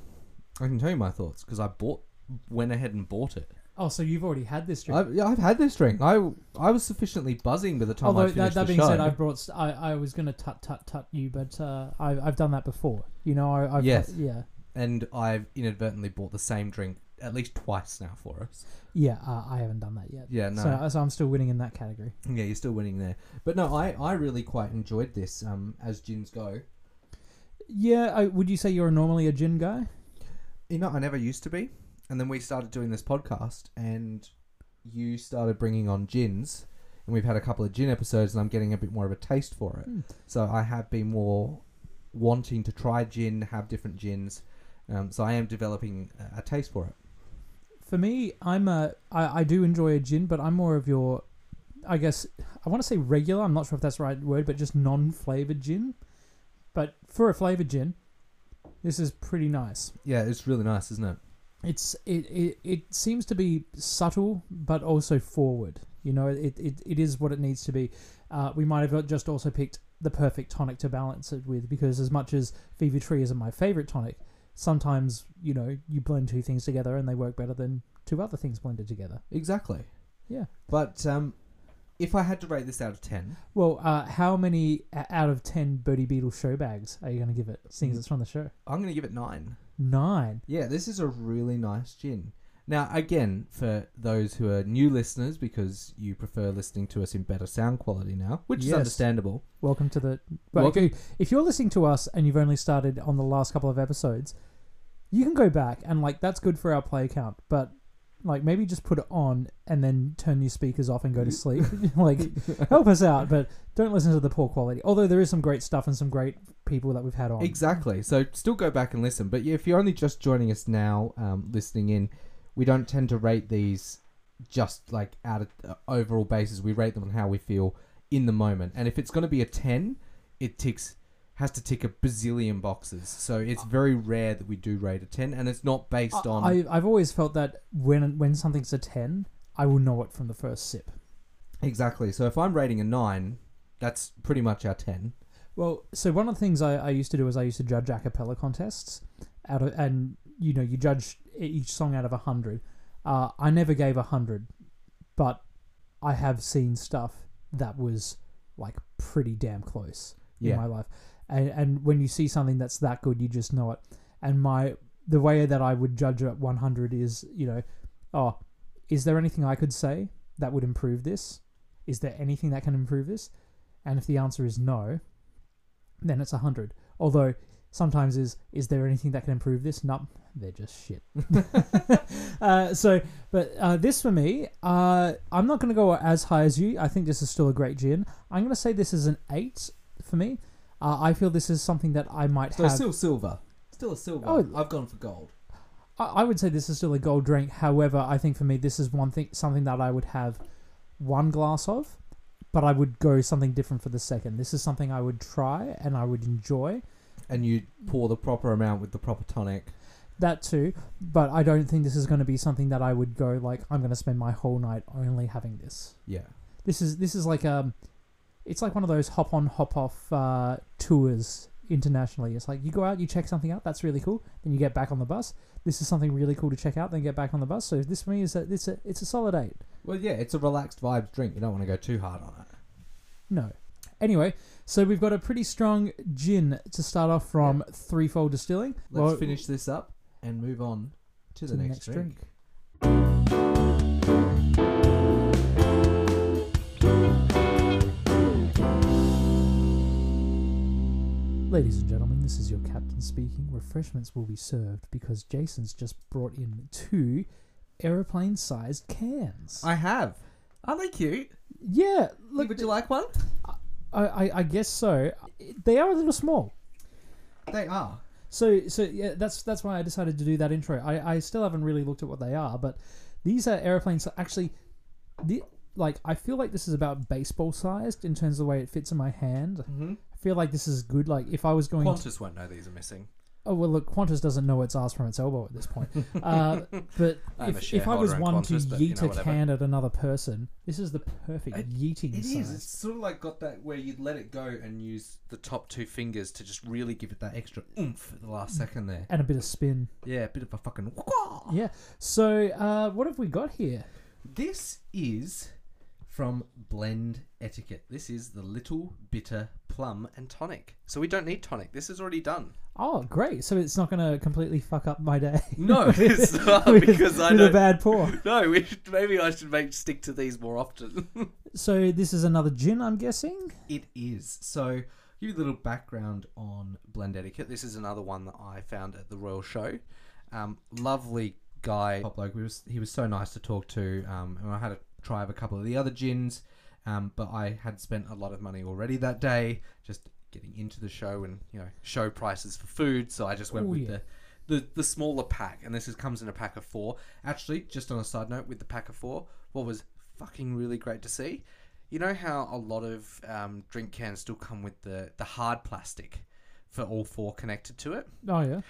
S1: I can tell you my thoughts because I bought went ahead and bought it.
S2: Oh, so you've already had this drink.
S1: I've, yeah, I've had this drink. I I was sufficiently buzzing by the time I
S2: Although that,
S1: finished
S2: that
S1: the
S2: being
S1: show.
S2: said, I've brought. St- I I was gonna tut tut tut you, but uh, I've I've done that before. You know, I, I've
S1: Yes.
S2: yeah
S1: and I've inadvertently bought the same drink at least twice now for us.
S2: yeah uh, I haven't done that yet.
S1: Yeah, no,
S2: So, uh, so I'm still winning in that category.
S1: yeah, you're still winning there. But no, I, I really quite enjoyed this. Um, as gins go,
S2: Yeah, I, would you say you're normally a gin guy?
S1: you know, I never used to be, and then we started doing this podcast, and you started bringing on gins, and we've had a couple of gin episodes, and I'm getting a bit more of a taste for it.
S2: Hmm.
S1: So I have been more wanting to try gin, have different gins. Um, so I am developing a, a taste for it.
S2: For me, I'm a I, I do enjoy a gin, but I'm more of your, I guess I want to say regular. I'm not sure if that's the right word, but just non-flavored gin. But for a flavored gin, this is pretty nice.
S1: Yeah, it's really nice, isn't it?
S2: It's it it, it seems to be subtle, but also forward. You know, it it, it is what it needs to be. Uh, we might have just also picked the perfect tonic to balance it with, because as much as Viva Tree isn't my favorite tonic, sometimes you know you blend two things together and they work better than two other things blended together.
S1: Exactly.
S2: Yeah.
S1: But um, if I had to rate this out of 10,
S2: Well, uh, how many o- out of ten Birdie Beetle show bags are you going to give it? Seeing as it's from the show,
S1: I'm going to give it 9.
S2: nine.
S1: Yeah, this is a really nice gin. Now, again, for those who are new listeners, because you prefer listening to us in better sound quality now, which is
S2: Yes.
S1: understandable.
S2: Welcome to the. Well,
S1: Welcome.
S2: If, you, if you're listening to us and you've only started on the last couple of episodes, you can go back and like that's good for our play count, but like maybe just put it on and then turn your speakers off and go
S1: [LAUGHS]
S2: to sleep. [LAUGHS] like help us out, but don't listen to the poor quality. Although there is some great stuff and some great people that we've had on.
S1: Exactly. So still go back and listen. But if you're only just joining us now, um, listening in, we don't tend to rate these just like out of uh, overall basis. We rate them on how we feel in the moment. And if it's going to be a 10, it ticks has to tick a bazillion boxes. So it's very rare that we do rate a 10 and it's not based on
S2: Ah. I, I've always felt that when when something's a ten, I will know it from the first sip.
S1: Exactly. So if I'm rating a 9, that's pretty much our 10.
S2: Well, so one of the things I, I used to do is I used to judge a cappella contests, out of, and you know you judge e- each song out of a hundred. Uh, I never gave a hundred, but I have seen stuff that was like pretty damn close
S1: Yeah.
S2: in my life, and and when you see something that's that good, you just know it. And my the way that I would judge at one hundred is you know, oh, is there anything I could say that would improve this? Is there anything that can improve this? And if the answer is no, then it's 100. Although sometimes is is there anything that can improve this? Nope, they're just
S1: [LAUGHS]
S2: shit. [LAUGHS] uh, so, but uh, this for me, uh, I'm not going to go as high as you. I think this is still a great gin. I'm going to say this is an eight for me. Uh, I feel this is something that I might
S1: So
S2: have.
S1: still silver. Still a silver.
S2: Oh.
S1: I've gone for gold.
S2: I, I would say this is still a gold drink. However, I think for me, this is one thing, something that I would have one glass of, but I would go something different for the second. This is something I would try and I would enjoy
S1: And you
S2: Mm.
S1: pour the proper amount with the proper tonic.
S2: that too. But I don't think this is going to be something that I would go like I'm going to spend my whole night only having this.
S1: Yeah.
S2: This is this is like um, it's like one of those hop on hop off uh, tours internationally. It's like you go out, you check something out, that's really cool. Then you get back on the bus. This is something really cool to check out. Then get back on the bus. So this for me is that it's a it's a solid eight.
S1: Well, yeah, it's a relaxed vibes drink. You don't want to go too hard on it.
S2: No. Anyway, so we've got a pretty strong gin to start off from Threefold Distilling.
S1: Let's finish this up and move on to the,
S2: to the
S1: next,
S2: next
S1: drink.
S2: Ladies and gentlemen, this is your captain speaking. Refreshments will be served because Jason's just brought in two aeroplane sized cans.
S1: I have. Aren't they cute?
S2: yeah,
S1: Look,
S2: look,
S1: would you like one?
S2: I, I, I guess so. They are a little small.
S1: They are.
S2: So, so yeah, that's that's why I decided to do that intro. I, I still haven't really looked at what they are, but these are airplanes. that Actually, the, like I feel like this is about baseball sized in terms of the way it fits in my hand.
S1: Mm-hmm.
S2: I feel like this is good. Like if I was going, to,
S1: Qantas won't know these are missing.
S2: oh well, look, Qantas doesn't know its ass from its elbow at
S1: [LAUGHS]
S2: this point. Uh, but
S1: I'm a
S2: if, if I was
S1: shareholder in
S2: one
S1: Qantas,
S2: to
S1: but, you
S2: yeet
S1: know,
S2: a
S1: whatever.
S2: can at another person, this is the perfect
S1: It-
S2: yeeting
S1: It
S2: size.
S1: is. It's sort of like got that where you'd let it go and use the top two fingers to just really give it that extra oomph at the last second there.
S2: and a bit of spin.
S1: Yeah, a bit of a fucking. [LAUGHS]
S2: Yeah. So, uh, what have we got here?
S1: This is from Blend Etiquette. This is the little bitter plum and tonic. So we don't need tonic. This is already done.
S2: Oh, great! So it's not going to completely fuck up
S1: [LAUGHS]
S2: my day.
S1: No, it's not
S2: [LAUGHS] With-
S1: Oh, because I
S2: with a
S1: don't.
S2: bad pour.
S1: No, we should, maybe I should make stick to these more often.
S2: So this is another gin, I'm guessing.
S1: [LAUGHS] It is. So, give you a little background on blend etiquette. This is another one that I found at the Royal Show. Um, lovely guy, pop bloke. We was, he was so nice to talk to. Um, and I had a try of a couple of the other gins, um, but I had spent a lot of money already that day just getting into the show and you know show prices for food. So I just went
S2: Oh,
S1: with
S2: yeah.
S1: the. The, the smaller pack and this is, comes in a pack of four actually just on a side note with the pack of four what was fucking really great to see you know how a lot of um, drink cans still come with the, the hard plastic for all four connected to it?
S2: Oh yeah.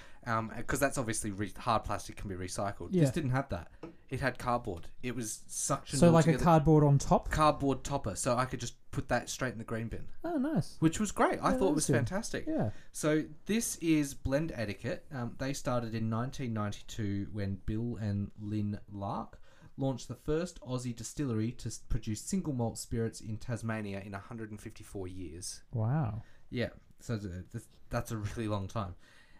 S1: Because Um, that's obviously re- hard plastic can be recycled.
S2: Yeah.
S1: This didn't have that. It had cardboard. It was suction.
S2: So
S1: all
S2: like a
S1: together-
S2: cardboard on top.
S1: cardboard topper. So I could just put that straight in the green bin,
S2: Oh, nice.
S1: which was great. I
S2: Yeah,
S1: thought it
S2: that's
S1: was
S2: good.
S1: fantastic.
S2: Yeah.
S1: So this is Blend Etiquette. Um, they started in 1992 when Bill and Lynn Lark launched the first Aussie distillery to s- produce single malt spirits in Tasmania in 154 years.
S2: Wow.
S1: Yeah, so th- th- that's a really long time.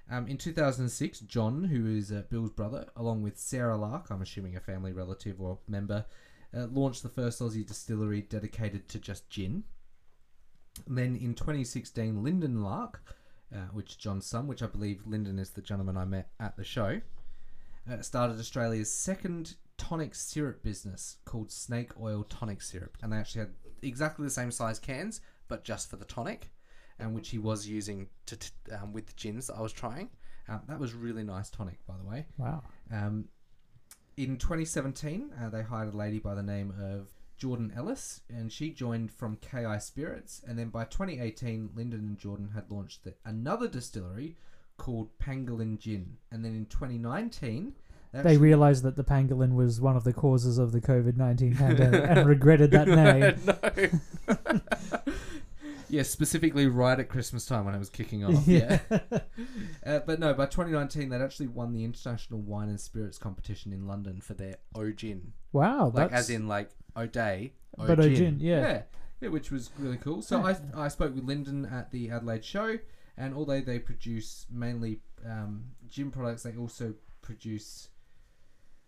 S1: Um, in 2006, John, who is uh, Bill's brother, along with Sarah Lark, I'm assuming a family relative or member, uh, launched the first Aussie distillery dedicated to just gin. And then in 2016, Lyndon Lark, uh, which John's son, which I believe Lyndon is the gentleman I met at the show, uh, started Australia's second tonic syrup business called Snake Oil Tonic Syrup. And they actually had exactly the same size cans, but just for the tonic and which he was using to t- um, with the gins that I was trying. Um, that was really nice tonic, by the way.
S2: Wow.
S1: Um, in 2017, uh, they hired a lady by the name of Jordan Ellis, and she joined from KI Spirits. And then by 2018, Lyndon and Jordan had launched the, another distillery called Pangolin Gin. And then in 2019,
S2: They realised that the pangolin was one of the causes of the COVID nineteen pandemic and
S1: [LAUGHS]
S2: regretted that name.
S1: no. [LAUGHS] yeah, specifically right at Christmas time when it was kicking off. Yeah. uh, but no, by 2019, they'd actually won the International Wine and Spirits competition in London for their O-Gin.
S2: Wow.
S1: Like,
S2: that's-
S1: as in, like, O'Day.
S2: But
S1: O-Gin.
S2: O-Gin, yeah.
S1: yeah. Yeah, which was really cool. So
S2: Yeah.
S1: I, I spoke with Lyndon at the Adelaide show, and although they produce mainly um, gin products, they also produce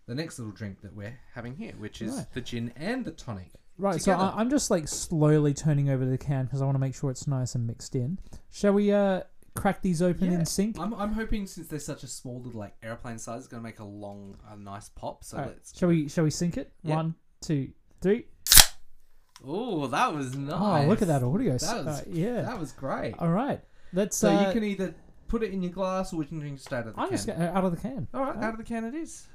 S1: the next little drink that we're having here, which is
S2: Right.
S1: the gin and the tonic.
S2: Right, so
S1: together.
S2: I, I'm just like slowly turning over the can because I want to make sure it's nice and mixed in. Shall we uh, crack these open
S1: Yeah.
S2: in sync?
S1: I'm, I'm hoping since they're such a small little like airplane size, it's gonna make a long, a nice pop. So
S2: All right,
S1: let's.
S2: Shall we? Shall we sync it?
S1: Yeah.
S2: One, two, three.
S1: Oh, that was nice.
S2: Oh, look at that audio!
S1: That was-
S2: Uh, yeah.
S1: That was great.
S2: All right. Let's.
S1: so
S2: uh,
S1: you can either put it in your glass or you can drink it straight out of the
S2: I'm
S1: can.
S2: just gonna, uh, out of the can.
S1: All right, out of the can it is.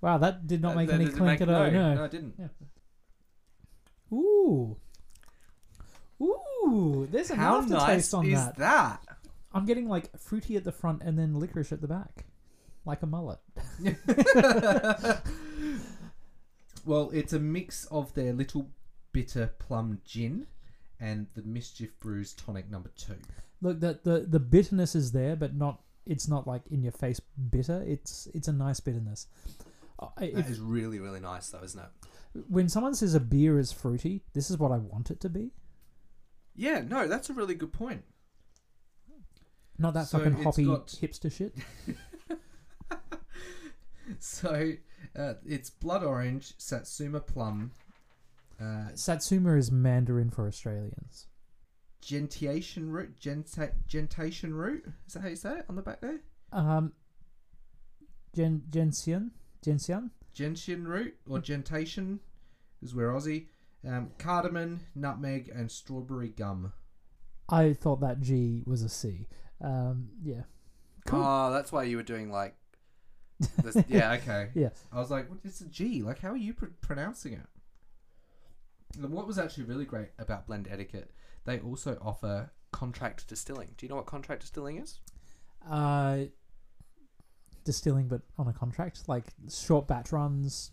S2: Wow, that did not
S1: Uh,
S2: make
S1: that
S2: any
S1: didn't
S2: clink
S1: make-
S2: at all.
S1: No, no,
S2: No.
S1: it didn't.
S2: Ooh. Ooh. There's an
S1: How
S2: aftertaste
S1: nice
S2: on
S1: is
S2: that.
S1: that?
S2: I'm getting like fruity at the front and then licorice at the back, like a mullet. [LAUGHS]
S1: well, it's a mix of their little bitter plum gin and the mischief brews tonic number two.
S2: look the, the the bitterness is there, but not it's not like in your face bitter. It's it's a nice bitterness. I-
S1: That
S2: If,
S1: is really, really nice, though, isn't it?
S2: when someone says a beer is fruity, this is what I want it to be.
S1: Yeah, no, that's a really good point.
S2: Not that
S1: So
S2: fucking
S1: it's
S2: hoppy
S1: got-
S2: hipster shit.
S1: So uh, it's blood orange, satsuma plum, uh,
S2: Satsuma is Mandarin for Australians.
S1: gentiation root, genta- gentation root. Is that how you say it on the back there?
S2: Um, Gen Gensian Gensian.
S1: Gentian root or gentation is where Aussie. Um, cardamom, nutmeg, and strawberry gum.
S2: I thought that G was a C. Um, yeah. Cool.
S1: Oh, that's why you were doing like. This, yeah, okay.
S2: Yeah.
S1: I was like, what is a G? Like, how are you pr- pronouncing it? And What was actually really great about Blend Etiquette, they also offer contract distilling. Do you know what contract distilling is?
S2: Uh, distilling, but on a contract, like short batch runs.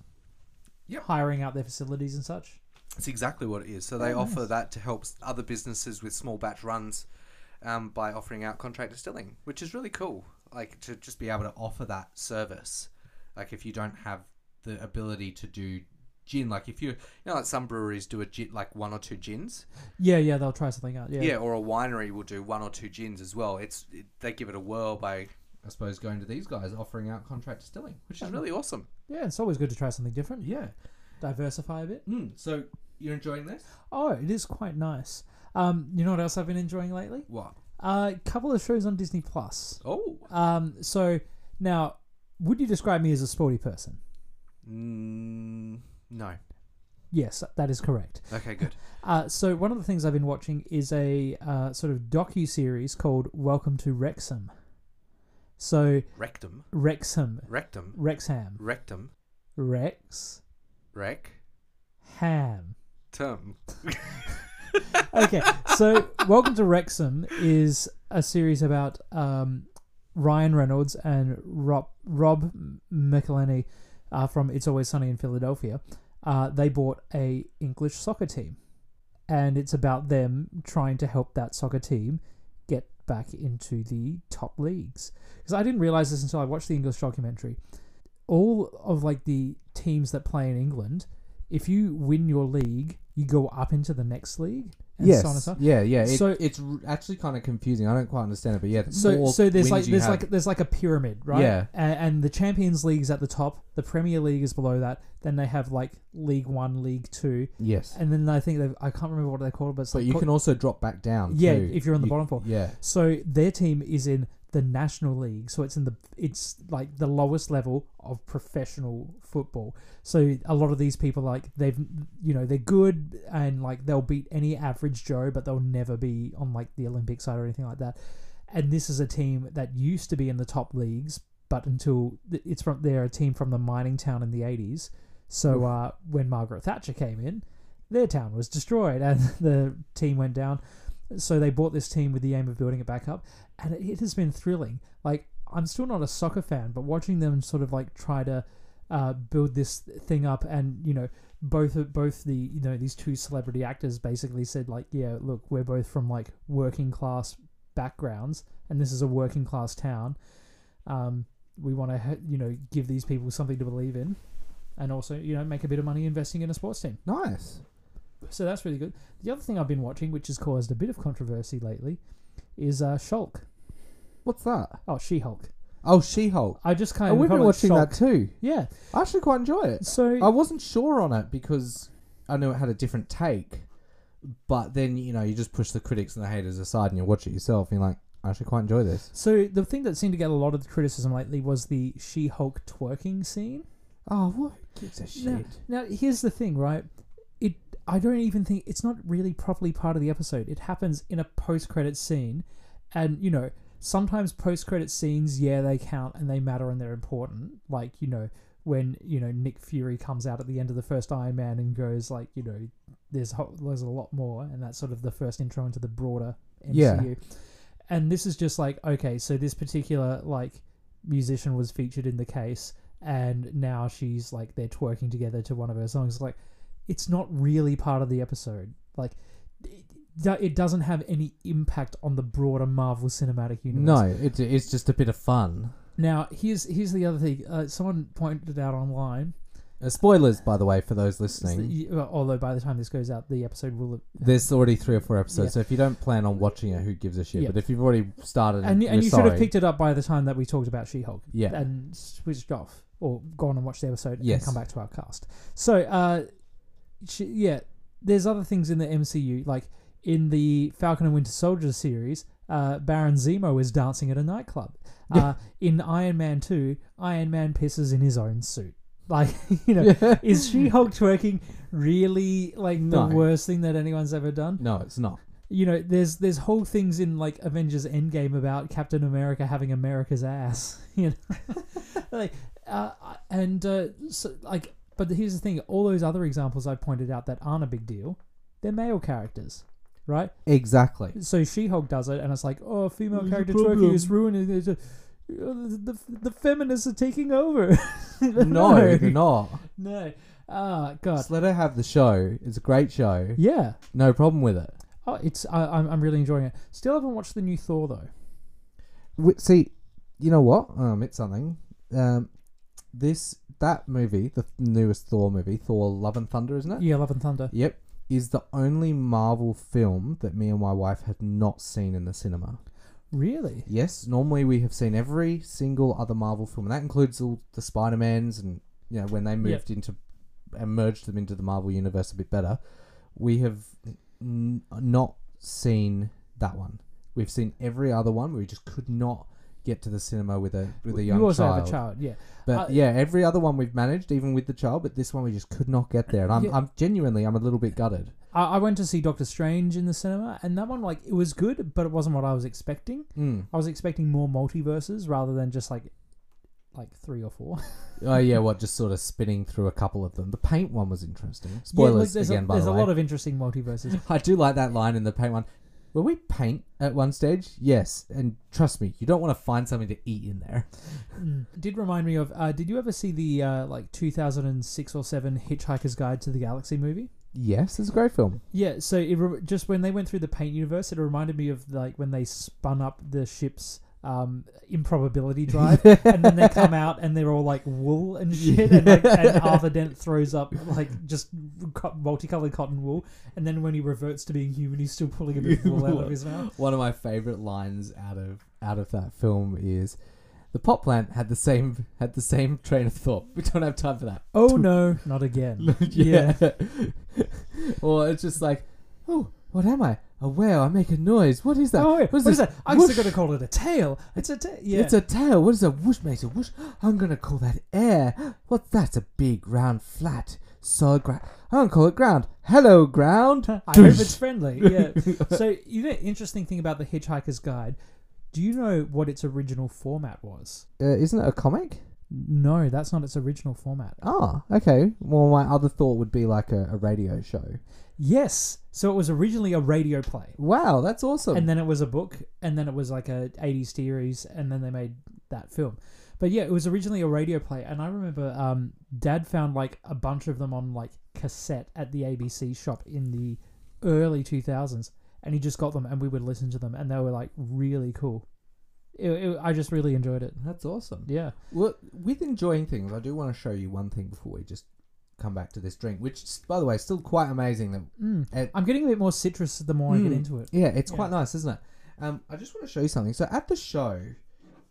S1: Yep.
S2: Hiring out their facilities and such.
S1: It's exactly what it is. So they
S2: Oh,
S1: offer
S2: nice.
S1: that to help s- other businesses with small batch runs um, by offering out contract distilling, which is really cool. Like to just be able to offer that service. Like if you don't have the ability to do gin, like if you, you know, like some breweries do a gin, like one or two gins.
S2: Yeah, yeah, they'll try something out. Yeah.
S1: Yeah. or a winery will do one or two gins as well. It's it, they give it a whirl by, I suppose, going to these guys offering out contract distilling, which is really awesome.
S2: Yeah, it's always good to try something different.
S1: Yeah.
S2: Diversify a bit.
S1: Mm, so you're enjoying this?
S2: Oh, it is quite nice. Um, you know what else I've been enjoying lately?
S1: What?
S2: A uh, couple of shows on Disney Plus.
S1: Oh,
S2: Um, so now, would you describe me as a sporty person?
S1: mm, no.
S2: Yes, that is correct.
S1: Okay, good.
S2: Uh, so one of the things I've been watching is a uh, sort of docu series called Welcome to Wrexham. So
S1: Rectum.
S2: Wrexham,
S1: Rectum.
S2: Wrexham,
S1: Rectum.
S2: Rex
S1: Rec.
S2: Ham.
S1: Tum.
S2: Okay, so Welcome to Wrexham is a series about um, Ryan Reynolds and Rob Rob McElhenney uh, from It's Always Sunny in Philadelphia. Uh, they bought a English soccer team, and it's about them trying to help that soccer team get back into the top leagues. Because I didn't realize this until I watched the English documentary. All of like the teams that play in England, if you win your league, you go up into the next league. And so on and so on.
S1: Yeah, yeah.
S2: it- So-
S1: it's actually kind of confusing. I don't quite understand it, but yeah.
S2: So, so there's like there's like there's like a pyramid, right?
S1: Yeah.
S2: A- And, the Champions League's at the top, the Premier League is below that. Then they have like League One, League Two,
S1: yes.
S2: and then I think they I can't remember what they call it, but it's
S1: But
S2: like
S1: you
S2: co-
S1: can also drop back down.
S2: yeah,
S1: too.
S2: if you're on the
S1: You-
S2: bottom four.
S1: Yeah.
S2: So their team is in the National League, so it's in the it's like the lowest level of professional football. So a lot of these people like they've you know they're good and like they'll beat any average Joe, but they'll never be on like the Olympic side or anything like that. And this is a team that used to be in the top leagues, but until it's from they're a team from the mining town in the eighties. So uh, when Margaret Thatcher came in, their town was destroyed and [LAUGHS] the team went down. So they bought this team with the aim of building it back up, and it has been thrilling. Like I'm still not a soccer fan, but watching them sort of like try to uh, build this thing up, and you know, both both the you know these two celebrity actors basically said like, yeah, look, we're both from like working class backgrounds, and this is a working class town. Um, we want to you know give these people something to believe in, and also you know make a bit of money investing in a sports team.
S1: Nice.
S2: So that's really good. The other thing I've been watching, which has caused a bit of controversy lately, is uh, Shulk.
S1: What's that?
S2: Oh, She Hulk.
S1: Oh, She-Hulk.
S2: I just kind
S1: oh,
S2: of
S1: we've been
S2: comment
S1: watching
S2: Shulk.
S1: that too.
S2: Yeah.
S1: I actually quite enjoy it.
S2: So
S1: I wasn't sure on it because I knew it had a different take, but then you know you just push the critics and the haters aside and you watch it yourself and you're like, I actually quite enjoy this.
S2: so the thing that seemed to get a lot of criticism lately was the She Hulk twerking scene.
S1: Oh, what gives a shit?
S2: No. Now here's the thing, right? It I don't even think it's not really properly part of the episode. It happens in a post credit scene and you know, sometimes post credit scenes, yeah, they count and they matter and they're important. Like, you know, when, you know, Nick Fury comes out at the end of the first Iron Man and goes like, you know, there's ho- there's a lot more and that's sort of the first intro into the broader MCU.
S1: Yeah.
S2: And this is just like, okay, so this particular like musician was featured in the case and now she's like they're twerking together to one of her songs like it's not really part of the episode like do- it doesn't have any impact on the broader Marvel Cinematic Universe.
S1: No, it, it's just a bit of fun.
S2: Now, here's here's the other thing. Uh, someone pointed out online.
S1: Uh, spoilers, by the way, for those
S2: so that
S1: listening.
S2: you- although by the time this goes out, the episode will have
S1: There's already three or four episodes, so
S2: Yeah.
S1: if you don't plan on watching it, who gives a shit?
S2: Yeah.
S1: But if you've already started,
S2: and,
S1: you're
S2: and you
S1: sorry.
S2: should have picked it up by the time that we talked about She-Hulk.
S1: Yeah. [LAUGHS]
S2: And switched off or gone and watched the episode
S1: Yes.
S2: and come back to our cast. So, uh, she, yeah, there's other things in the MCU like in the Falcon and Winter Soldier series. Uh, Baron Zemo is dancing at
S1: [LAUGHS]
S2: a nightclub. Uh, in Iron Man 2, Iron Man pisses in his own suit. [LAUGHS] Like, you know, is
S1: [LAUGHS]
S2: She-Hulk twerking really like
S1: No.
S2: the worst thing that anyone's ever done?
S1: No, it's not.
S2: you know, there's there's whole things in like Avengers Endgame about Captain America having America's ass, [LAUGHS] you know, like, uh, and uh, so, like, but here's the thing: all those other examples I pointed out that aren't a big deal, they're male characters, right?
S1: Exactly.
S2: So She-Hulk does it, and it's like, oh, female
S1: There's a
S2: character
S1: problem.
S2: twerking is ruining it. Uh, The, the, the feminists are taking over. [LAUGHS]
S1: [LAUGHS] No, they're not.
S2: no. Ah, God.
S1: Just let her have the show. It's a great show.
S2: Yeah.
S1: No problem with it.
S2: Oh, it's I, I'm I'm really enjoying it. Still haven't watched the new Thor though.
S1: Wi- See, you know what? I'll admit something. Um, this that movie, the newest Thor movie, Thor: Love and Thunder, isn't it?
S2: Yeah, Love and Thunder.
S1: Yep, is the only Marvel film that me and my wife had not seen in the cinema.
S2: Really?
S1: Yes, normally we have seen every single other Marvel film, and that includes all the Spider Mans and you know when they moved into and merged them into the Marvel universe a bit better. We have n- not seen that one. We've seen every other one. We just could not get to the cinema with a with a young
S2: you also
S1: child.
S2: have a child, Uh, yeah.
S1: But
S2: I-
S1: yeah, every other one we've managed, even with the child. But this one we just could not get there, and I'm,
S2: Yeah.
S1: I'm genuinely I'm a little bit gutted.
S2: I, I went to see Doctor Strange in the cinema, and that one like it was good, but it wasn't what I was expecting.
S1: Mm.
S2: I was expecting more multiverses rather than just like like three or four. [LAUGHS]
S1: Oh yeah, what just sort of spinning through a couple of them. The paint one was interesting. Spoilers
S2: there's
S1: again,
S2: a,
S1: by
S2: there's
S1: the
S2: a
S1: way.
S2: lot of interesting multiverses. [LAUGHS]
S1: I do like that line in the paint one. Will we paint at one stage? Yes, and trust me, you don't want to find something to eat in there.
S2: Mm. Did remind me of uh, did you ever see the uh, like 2006 or 7 Hitchhiker's Guide to the Galaxy movie?
S1: Yes, it's a great [LAUGHS] film.
S2: Yeah, so it re- just when they went through the paint universe, it reminded me of like when they spun up the ship's um, improbability [LAUGHS] drive, and then they come out and they're all like wool and shit, and, like, and Arthur Dent throws up like just co- multicolored cotton wool, and then when he reverts to being human, he's still pulling a bit of wool out of his mouth.
S1: One of my favorite lines out of out of that film is the pot plant had the same had the same train of thought. We don't have time for
S2: [LAUGHS]
S1: that.
S2: Oh no, not again!
S1: yeah. [LAUGHS] or it's just like, oh, what am I? A whale. I make a noise. What is that?
S2: Oh,
S1: What is
S2: what is
S1: this?
S2: that? I'm still
S1: Whoosh.
S2: gonna call it a tail. It's a tail. Yeah.
S1: It's a tail. What is a whoosh, mate? A whoosh. I'm gonna call that air. What's that? A big, round, flat, solid ground. I'm gonna call it ground. Hello, ground.
S2: [LAUGHS] I hope
S1: [LAUGHS]
S2: it's friendly. Yeah. so you know, interesting thing about the Hitchhiker's Guide. Do you know what its original format was?
S1: Uh, isn't it a comic?
S2: No, that's not its original format.
S1: Ah, okay. Well, my other thought would be like a, a radio show.
S2: Yes. So it was originally a radio play,
S1: Wow, that's awesome.
S2: and then it was a book, and then it was like a '80s series, and then they made that film. But yeah, it was originally a radio play, and I remember um, Dad found like a bunch of them on like cassette at the ABC shop in the early 2000s, and he just got them, and we would listen to them, and they were like really cool. It, it, I just really enjoyed it.
S1: that's awesome.
S2: Yeah.
S1: Well, with enjoying things, I do want to show you one thing before we just come back to this drink, which, by the way, is still quite amazing that
S2: Mm.
S1: Uh,
S2: I'm getting a bit more citrus the more I get
S1: Mm.
S2: into it.
S1: Yeah, it's
S2: Yeah.
S1: quite nice, isn't it? Um, I just want to show you something. So at the show,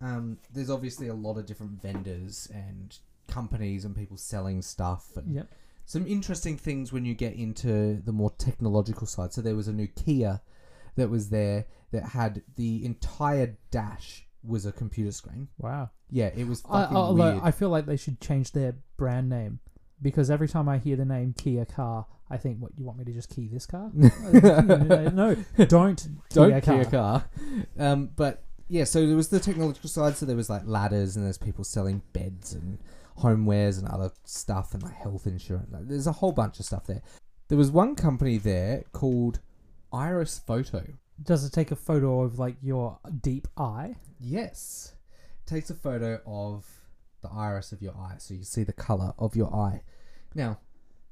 S1: um, there's obviously a lot of different vendors and companies and people selling stuff and
S2: Yep.
S1: some interesting things when you get into the more technological side. So there was a new Kia that was there that had the entire dash was a computer screen.
S2: Wow.
S1: Yeah, it was
S2: I,
S1: fucking
S2: although
S1: [LAUGHS] weird.
S2: I [LAUGHS] feel like they should change their brand name because every time I hear the name Kia car, I think, "What you want me to just key
S1: [LAUGHS]
S2: this car?" no, don't.
S1: don't
S2: Kia
S1: key
S2: car.
S1: a car. Um, but yeah, so there was the technological side. So there was like ladders, and there's people selling beds and homewares and other stuff, and like health insurance. Like, there's a whole bunch of stuff there. There was one company there called Iris Photo.
S2: Does it take a photo of like your deep eye?
S1: Yes, takes a photo of the iris of your eye, so you see the color of your eye. Now,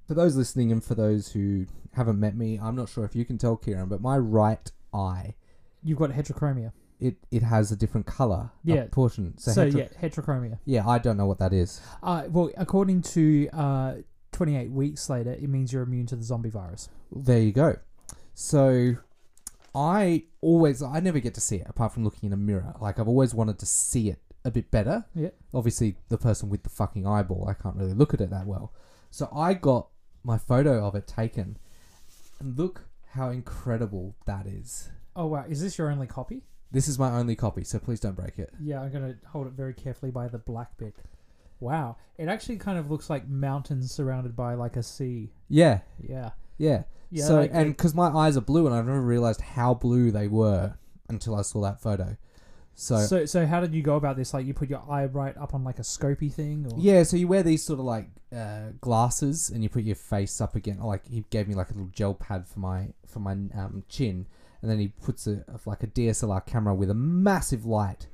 S1: for those listening and for those who haven't met me, I'm not sure if you can tell, Kieran, but my right eye
S2: You've got heterochromia.
S1: it it has a different color
S2: Yeah.
S1: portion. So,
S2: So,
S1: hetero- yeah.
S2: yeah, heterochromia.
S1: I don't know what that is.
S2: Uh, well, according to uh, 28 weeks later, it means you're immune to the zombie virus.
S1: There you go. So I always I never get to see it apart from looking in a mirror. Like I've always wanted to see it a bit better.
S2: Yeah.
S1: Obviously the person with the fucking eyeball, I can't really look at it that well. So I got my photo of it taken. And look how incredible that is.
S2: Oh wow, is this your only copy?
S1: This is my only copy, so please don't break it.
S2: Yeah, I'm gonna hold it very carefully by the black bit. Wow, it actually kind of looks like mountains surrounded by like a sea.
S1: Yeah.
S2: Yeah,
S1: Yeah.
S2: yeah.
S1: so
S2: like,
S1: and because my eyes are blue, and I've never realized how blue they were until I saw that photo. So,
S2: so so how did you go about this? Like you put your eye right up on like a scopy thing, or
S1: yeah, so you wear these sort of like uh, glasses, and you put your face up again. Like he gave me like a little gel pad for my for my um, chin, and then he puts a of like a DSLR camera with a massive light,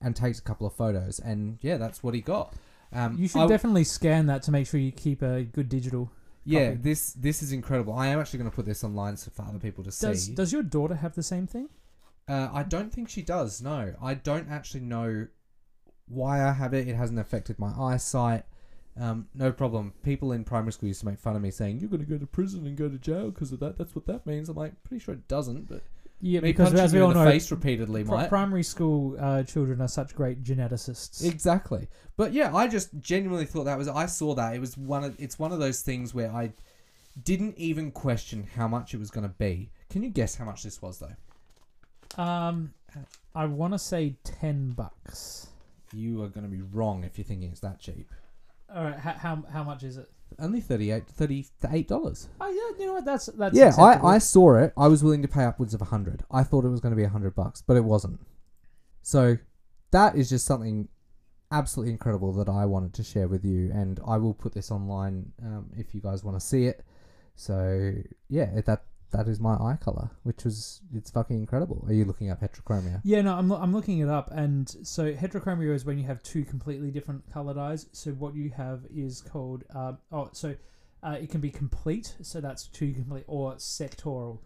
S1: and takes a couple of photos. And yeah, that's what he got. Um,
S2: you should
S1: I-
S2: definitely scan that to make sure you keep a good digital.
S1: yeah,
S2: copy.
S1: this this is incredible. I am actually going to put this online so for other people to
S2: Does
S1: see.
S2: does your daughter have the same thing?
S1: Uh, I don't think she does. No, I don't actually know why I have it. It hasn't affected my eyesight. Um, no problem. People in primary school used to make fun of me saying you're going to go to prison and go to jail because of that. That's what that means. I'm like, pretty sure it doesn't. But
S2: Yeah,
S1: me
S2: because
S1: punching
S2: as we
S1: you
S2: all
S1: in the
S2: know,
S1: face repeatedly,
S2: pri-
S1: might
S2: primary school uh, children are such great geneticists.
S1: exactly. But yeah, I just genuinely thought that was. I saw that it was one of. It's one of those things where I didn't even question how much it was going to be. Can you guess how much this was though? [LAUGHS]
S2: um, I want to say ten bucks.
S1: You are going to be wrong if you're thinking it's that cheap.
S2: All right, how how, how much is it?
S1: Only 38 38 dollars.
S2: Oh yeah, you know what? That's that's
S1: Yeah,
S2: acceptable.
S1: I, I saw it. I was willing to pay upwards of a hundred. I thought it was going to be a hundred bucks, but it wasn't. So that is just something absolutely incredible that I wanted to share with you, and I will put this online um, if you guys want to see it. So yeah, it- that that is my eye color, which was it's fucking incredible. Are you looking up heterochromia?
S2: yeah no I'm lo- I'm looking it up and so heterochromia is when you have two completely different colored eyes. So what you have is called um, oh so uh, it can be complete so that's two complete or sectoral.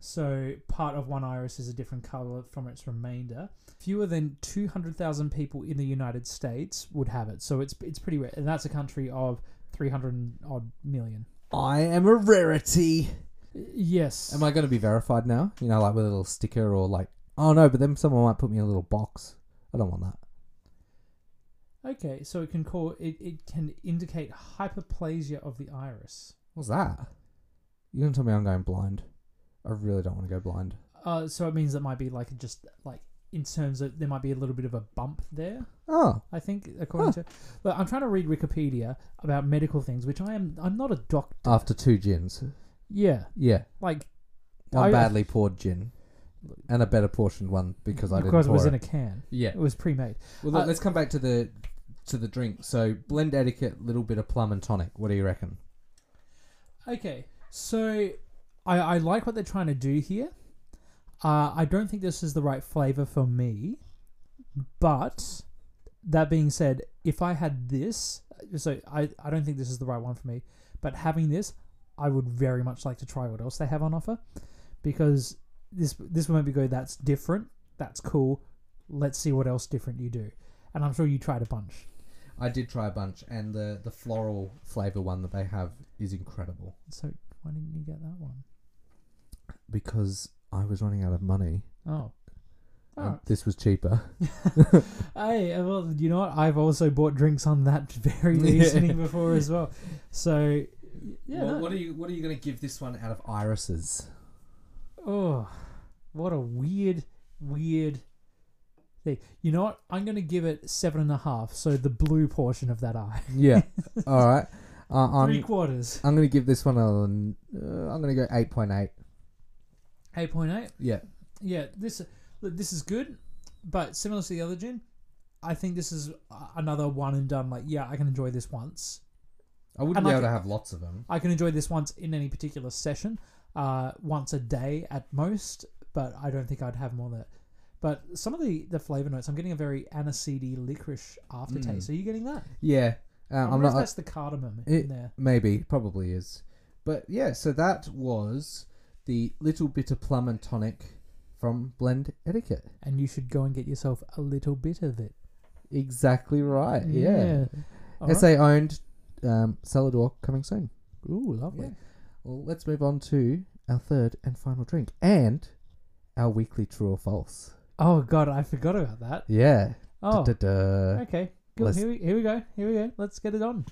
S2: So part of one iris is a different color from its remainder. Fewer than two hundred thousand people in the United States would have it. So it's it's pretty rare, and that's a country of three hundred odd million.
S1: I am a rarity.
S2: Yes.
S1: Am I going to be verified now? You know, like with a little sticker or like, oh no, but then someone might put me in a little box. I don't want that.
S2: Okay, so it can call it, it can indicate hyperplasia of the iris.
S1: What's that? You're gonna tell me I'm going blind. I really don't want to go blind.
S2: Uh, so it means that might be like just like in terms of there might be a little bit of a bump there.
S1: Oh,
S2: I think according to, but I'm trying to read Wikipedia about medical things, which I am I'm not a doctor.
S1: after two gins.
S2: Yeah,
S1: Yeah,
S2: like
S1: one
S2: I-
S1: badly poured gin, and a better portioned one because I didn't
S2: because it
S1: pour
S2: was
S1: it.
S2: in a can.
S1: yeah.
S2: It was pre-made.
S1: Well, look,
S2: uh,
S1: let's come back to the to the drink. So blend etiquette, little bit of plum and tonic. What do you reckon?
S2: Okay, so I, I like what they're trying to do here. Uh, I don't think this is the right flavor for me, but that being said, if I had this, so I, I don't think this is the right one for me, but having this, I would very much like to try what else they have on offer because this this will make me go, that's different, that's cool, let's see what else different you do. And I'm sure you tried a bunch.
S1: I did try a bunch, and the the floral flavor one that they have is incredible
S2: So why didn't you get that one?
S1: because I was running out of money.
S2: Oh.
S1: and
S2: Oh,
S1: This was cheaper.
S2: [LAUGHS] I uh, well, you know what? I've also bought drinks on that very
S1: Yeah.
S2: reasoning before as well. So, yeah.
S1: What-
S2: no.
S1: what are you What are you going to give this one out of irises?
S2: oh, what a weird, weird thing. You know what? I'm going to give it seven and a half. So the blue portion of that eye,
S1: Yeah. [LAUGHS] All right. Uh,
S2: three
S1: I'm
S2: quarters,
S1: I'm gonna give this one a. Uh, I'm gonna go eight point eight.
S2: eight point eight.
S1: Yeah.
S2: Yeah, this look, this is good, but similar to the other gin, I think this is a- another one and done. Like, yeah, I can enjoy this once.
S1: I wouldn't
S2: And
S1: be
S2: like-
S1: able to have lots of them.
S2: I can enjoy this once in any particular session, uh, once a day at most, but I don't think I'd have more than that. But some of the, the flavour notes, I'm getting a very aniseedy licorice
S1: Mm.
S2: aftertaste. Are you getting Oh, that?
S1: Yeah.
S2: I
S1: Um,
S2: wonder
S1: I'm
S2: if
S1: not.
S2: that's the cardamom
S1: It-
S2: in there.
S1: Maybe. Probably is. But yeah, so that was the little bit of plum and tonic from Blend Etiquette.
S2: And you should go and get yourself a little bit of it.
S1: Exactly right. Uh, Yeah.
S2: All
S1: SA owned um, Salador coming soon.
S2: right. Ooh, lovely.
S1: Yeah. Well, let's move on to our third and final drink and our weekly true or false.
S2: Oh god, I forgot about that.
S1: Yeah.
S2: Oh,
S1: Da-da-da.
S2: okay. Cool.
S1: let's-
S2: Here we, here we go. Here we go. Let's get it on.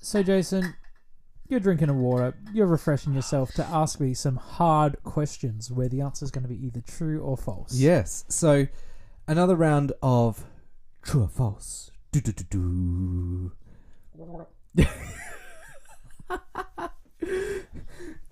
S2: So, Jason, you're drinking a water, you're refreshing yourself to ask me some hard questions where the answer is going to be either true or false.
S1: Yes. So another round of true or false. Do do do do. [LAUGHS]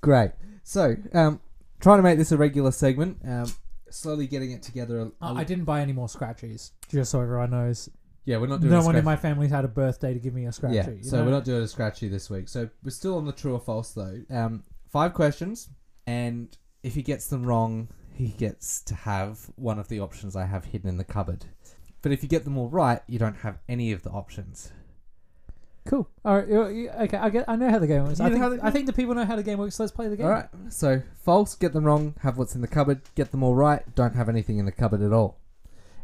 S1: Great. So, um, trying to make this a regular segment. Um, slowly getting it together. a-
S2: Uh, I I didn't buy any more scratchies, just so everyone knows.
S1: yeah, we're not doing.
S2: No
S1: a
S2: one in
S1: scratch-
S2: my family's had a birthday to give me a scratchy.
S1: Yeah.
S2: you
S1: So
S2: know?
S1: we're not doing a scratchy this week. So we're still on the true or false though. Um, five questions, and if he gets them wrong, he gets to have one of the options I have hidden in the cupboard. But if you get them all right, you don't have any of the options.
S2: cool. All right. you- you- Okay. I get. I know how the game works.
S1: You
S2: I
S1: know
S2: think,
S1: how the-
S2: I think the people know how the game works. So let's play the game.
S1: All right. So false, get them wrong, have what's in the cupboard, get them all right, don't have anything in the cupboard at all.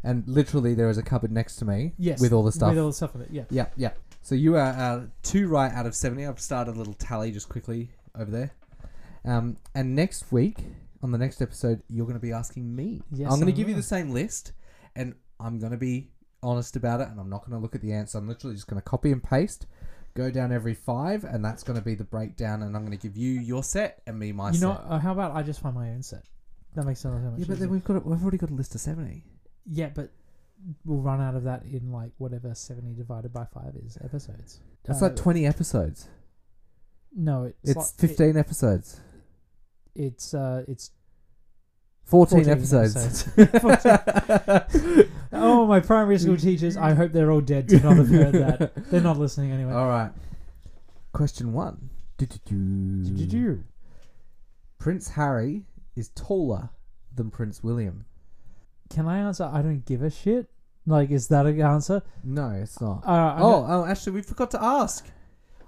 S1: And literally, there is a cupboard next to me
S2: Yes.
S1: with all the stuff.
S2: With all the stuff in it. Yeah.
S1: Yeah, yeah. So you are uh, two right out of 70. I've started a little tally just quickly over there. Um, and next week, on the next episode, you're going to be asking me.
S2: Yes,
S1: I'm going
S2: I
S1: to give you
S2: will.
S1: the same list, and I'm going to be honest about it, and I'm not going to look at the answer. I'm literally just going to copy and paste, go down every five, and that's going to be the breakdown, and I'm going to give you your set and me my
S2: you
S1: set.
S2: know. Uh, how about I just find my own set? That makes it so much
S1: yeah, but
S2: easier.
S1: then we've got we've already got a list of 70.
S2: yeah, but we'll run out of that in like whatever seventy divided by five is episodes.
S1: That's
S2: Uh,
S1: like 20 episodes.
S2: No, it's
S1: It's,
S2: like- it-
S1: 15 episodes.
S2: it's uh, it's
S1: 14,
S2: 14
S1: episodes.
S2: [LAUGHS] oh my primary school teachers. I hope they're all dead to not have heard that.
S1: [LAUGHS]
S2: They're not listening anyway.
S1: All right. Question one. Do-do-do.
S2: Did you do?
S1: Prince Harry is taller than Prince William.
S2: Can I answer? I don't give a shit. Like, is that an answer?
S1: No, it's not.
S2: All right, I'm
S1: oh, oh, actually, we forgot to ask.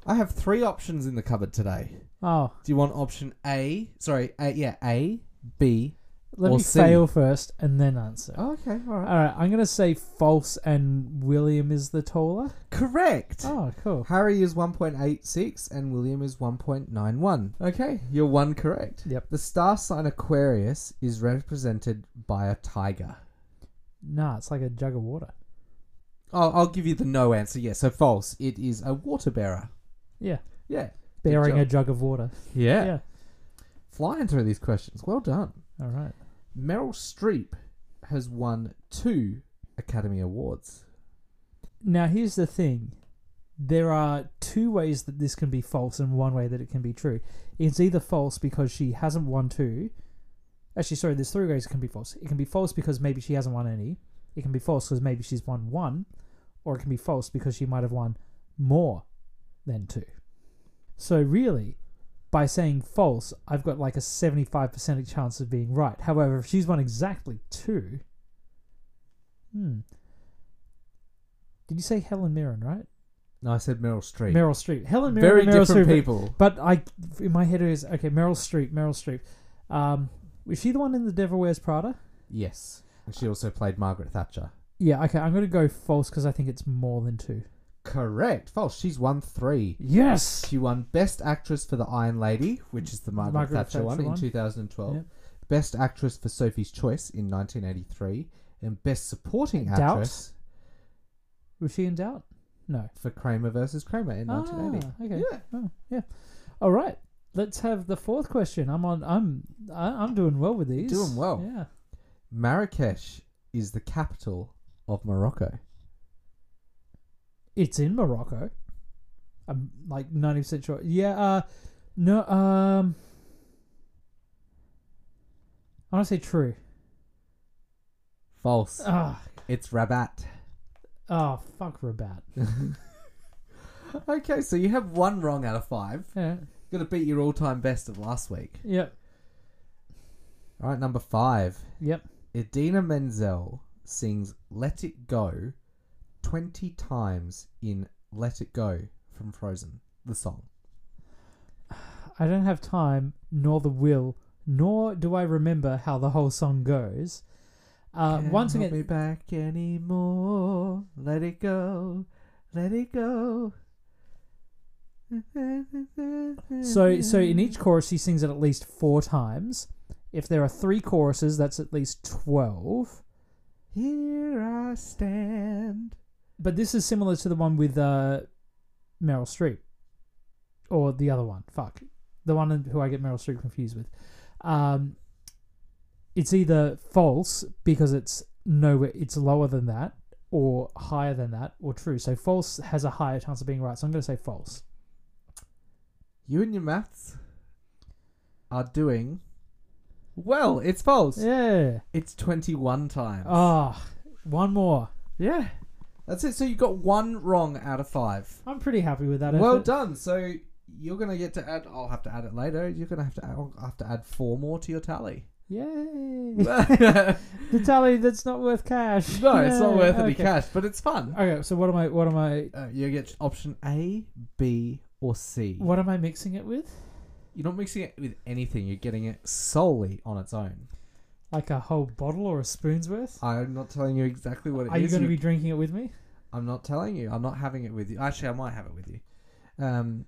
S1: I have three options in the cupboard today.
S2: gonna- oh,
S1: Do you want option A? Sorry, A, yeah, A, B.
S2: let
S1: Or
S2: me
S1: C.
S2: fail first and then answer.
S1: Oh, okay, all right.
S2: All right, I'm gonna say false, and William is the taller.
S1: Correct.
S2: Oh, cool.
S1: Harry is 1.86 and William is 1.91. Okay, you're one correct.
S2: Yep.
S1: The star sign Aquarius is represented by a tiger.
S2: Nah, it's like a jug of water.
S1: Oh, I'll give you the no answer. Yes, so false. It is a water bearer.
S2: Yeah,
S1: Yeah. Good
S2: bearing a
S1: job.
S2: jug of water.
S1: yeah.
S2: yeah.
S1: Flying through these questions. Well done.
S2: All right.
S1: Meryl Streep has won two Academy Awards.
S2: Now here's the thing. There are two ways that this can be false and one way that it can be true. It's either false because she hasn't won two. Actually, sorry, there's three ways it can be false. It can be false because maybe she hasn't won any. It can be false because maybe she's won one, or it can be false because she might have won more than two. So really, by saying false, I've got like a 75% chance of being right. However, if she's won exactly two, hmm. Did you say Helen Mirren, right?
S1: No, I said Meryl Streep.
S2: Meryl Streep. Helen Mirren.
S1: Very
S2: and Meryl
S1: different
S2: Streep.
S1: people.
S2: But I, in my head, it is okay. Meryl Streep. Meryl Streep. Um, was she the one in The Devil Wears Prada?
S1: Yes. And she also played Margaret Thatcher.
S2: Yeah. Okay. I'm gonna go false because I think it's more than two.
S1: Correct. False. She's won three.
S2: Yes.
S1: She won Best Actress for The Iron Lady, which is the Margaret,
S2: Margaret
S1: Thatcher,
S2: Thatcher
S1: one, in
S2: one.
S1: 2012.
S2: Yeah.
S1: Best Actress for Sophie's Choice in 1983. And Best Supporting
S2: Doubt?
S1: Actress
S2: Was she in doubt? No.
S1: for Kramer versus Kramer in 1980.
S2: Ah, okay.
S1: Yeah.
S2: Oh, yeah. All right. Let's have the fourth question. I'm on. I'm. I- I'm doing well with these.
S1: Doing well.
S2: Yeah.
S1: Marrakesh is the capital of Morocco.
S2: It's in Morocco. I'm like ninety percent sure. Yeah. Uh, no. Um. I want to say true.
S1: False.
S2: Ah.
S1: It's Rabat. [LAUGHS]
S2: Oh, fuck Rabat.
S1: Okay, so you have one wrong out of five.
S2: Yeah.
S1: Gonna beat your all time best of last week.
S2: Yep.
S1: All right, number five.
S2: Yep.
S1: Idina Menzel sings Let It Go 20 times in Let It Go from Frozen, the song.
S2: I don't have time, nor the will, nor do I remember how the whole song goes. Uh,
S1: Can't
S2: once
S1: hold
S2: again,
S1: me back anymore. Let it go. Let it go.
S2: so so in each chorus she sings it at least four times. If there are three choruses, that's at least twelve.
S1: Here I stand.
S2: But this is similar to the one with uh, Meryl Streep, or the other one. Fuck, the one who I get Meryl Streep confused with. Um, it's either false because it's nowhere, it's lower than that, or higher than that, or true. So false has a higher chance of being right. So I'm going to say false.
S1: You and your maths are doing. Well, it's false.
S2: Yeah.
S1: It's 21 times.
S2: Ah, one more.
S1: Yeah. That's it. So you got one wrong out of five.
S2: I'm pretty happy with that.
S1: Well
S2: effort.
S1: done. So you're gonna get to add. I'll have to add it later. You're gonna have to. Add, I'll have to add four more to your tally.
S2: [LAUGHS]
S1: [LAUGHS]
S2: Yay. [LAUGHS]
S1: no, it's
S2: the tally that's not worth cash.
S1: not
S2: Yay.
S1: worth any
S2: [LAUGHS] Okay.
S1: cash, but it's fun.
S2: Okay, so what am I? What am I?
S1: Uh, you get option A, B, or C.
S2: What am I mixing it with?
S1: You're not mixing it with anything. You're getting it solely on its own.
S2: Like a whole bottle or a spoon's worth?
S1: I'm not telling you exactly what Uh, it
S2: Are you
S1: is.
S2: going to
S1: You-
S2: be drinking it with me? [SIGHS]
S1: I'm not telling you. I'm not having it with you. Actually, I might have it with you. Um,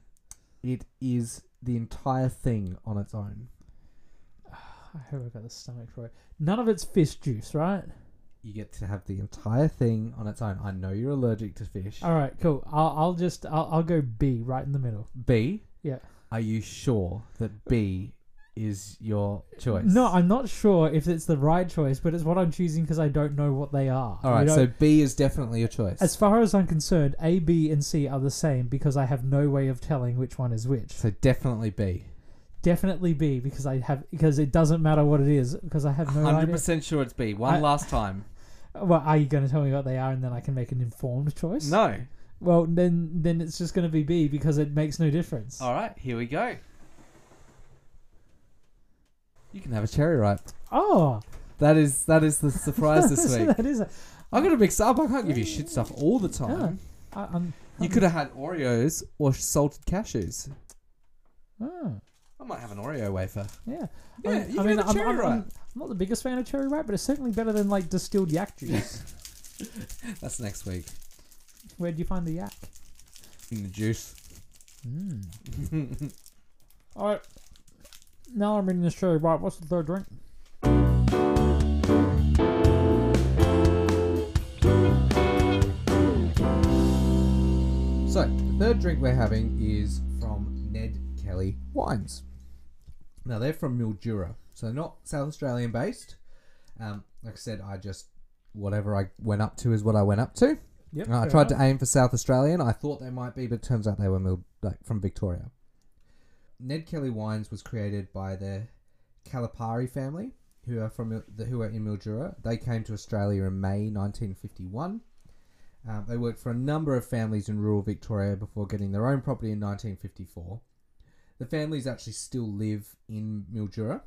S1: it is the entire thing on its own.
S2: I hope I got the stomach for it. None of it's fish juice, right?
S1: You get to have the entire thing on its own. I know you're allergic to fish.
S2: All right, cool. I'll, I'll just I'll, I'll go B right in the middle.
S1: B.
S2: Yeah.
S1: Are you sure that B is your choice?
S2: No, I'm not sure if it's the right choice, but it's what I'm choosing because I don't know what they are.
S1: All
S2: We
S1: right.
S2: don't-
S1: So B is definitely your choice.
S2: as far as I'm concerned, A, B, and C are the same because I have no way of telling which one is which.
S1: so definitely B.
S2: Definitely B because I have because it doesn't matter what it is because I have no
S1: Hundred
S2: idea.
S1: percent sure it's B. One
S2: I-
S1: last time.
S2: Well, are you going to tell me what they are and then I can make an informed choice?
S1: No.
S2: Well, then then it's just going to be B because it makes no difference.
S1: All right. Here we go. You can have a cherry ripe.
S2: Oh,
S1: That is that is the surprise this
S2: [LAUGHS] so
S1: week.
S2: that is. A,
S1: I'm gonna mix up. I can't give you shit stuff all the time.
S2: I, I'm,
S1: You could have had Oreos or salted cashews.
S2: Oh,
S1: I might have an Oreo wafer.
S2: yeah.
S1: Yeah,
S2: I'm-
S1: you can have a cherry
S2: I'm,
S1: ripe.
S2: I'm not the biggest fan of cherry ripe, but it's certainly better than like distilled
S1: [LAUGHS]
S2: yak juice.
S1: That's next week.
S2: Where'd you find the yak?
S1: In the juice. [LAUGHS]
S2: Mm. All right. Now I'm reading this cherry ripe. What's the third drink?
S1: So, the third drink we're having is from Ned Kelly Wines. Now, they're from Mildura, so they're not South Australian based. Um, like I said, I just, whatever I went up to is what I went up to.
S2: Yep.
S1: I tried to aim for South Australian. I thought they might be, but it turns out they were Mil- like, from Victoria. Ned Kelly Wines was created by the Calipari family, who are from Mil- the, who are in Mildura. They came to Australia in May 1951. Um, they worked for a number of families in rural Victoria before getting their own property in 1954. The families actually still live in Mildura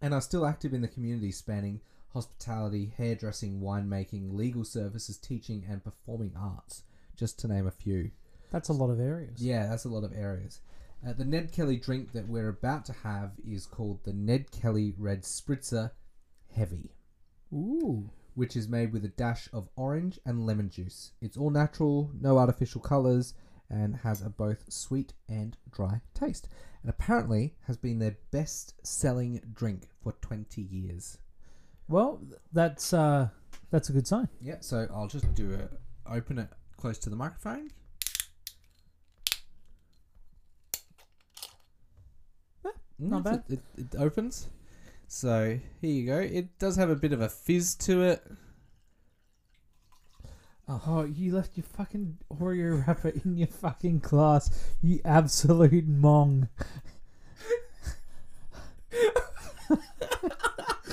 S1: and are still active in the community, spanning hospitality, hairdressing, winemaking, legal services, teaching, and performing arts, just to name a few.
S2: That's a lot of areas.
S1: Yeah, that's a lot of areas. Uh, the Ned Kelly drink that we're about to have is called the Ned Kelly Red Spritzer Heavy,
S2: Ooh.
S1: which is made with a dash of orange and lemon juice. It's all natural, no artificial colours, and has a both sweet and dry taste. And apparently has been their best selling drink for 20 years.
S2: Well, that's uh, that's a good sign.
S1: Yeah, so I'll just do it. Open it close to the microphone. Yeah,
S2: Not
S1: that's Eh, It, it, it opens. So here you go. It does have a bit of a fizz to it.
S2: Oh, you left your fucking Oreo wrapper in your fucking glass, you absolute mong. [LAUGHS]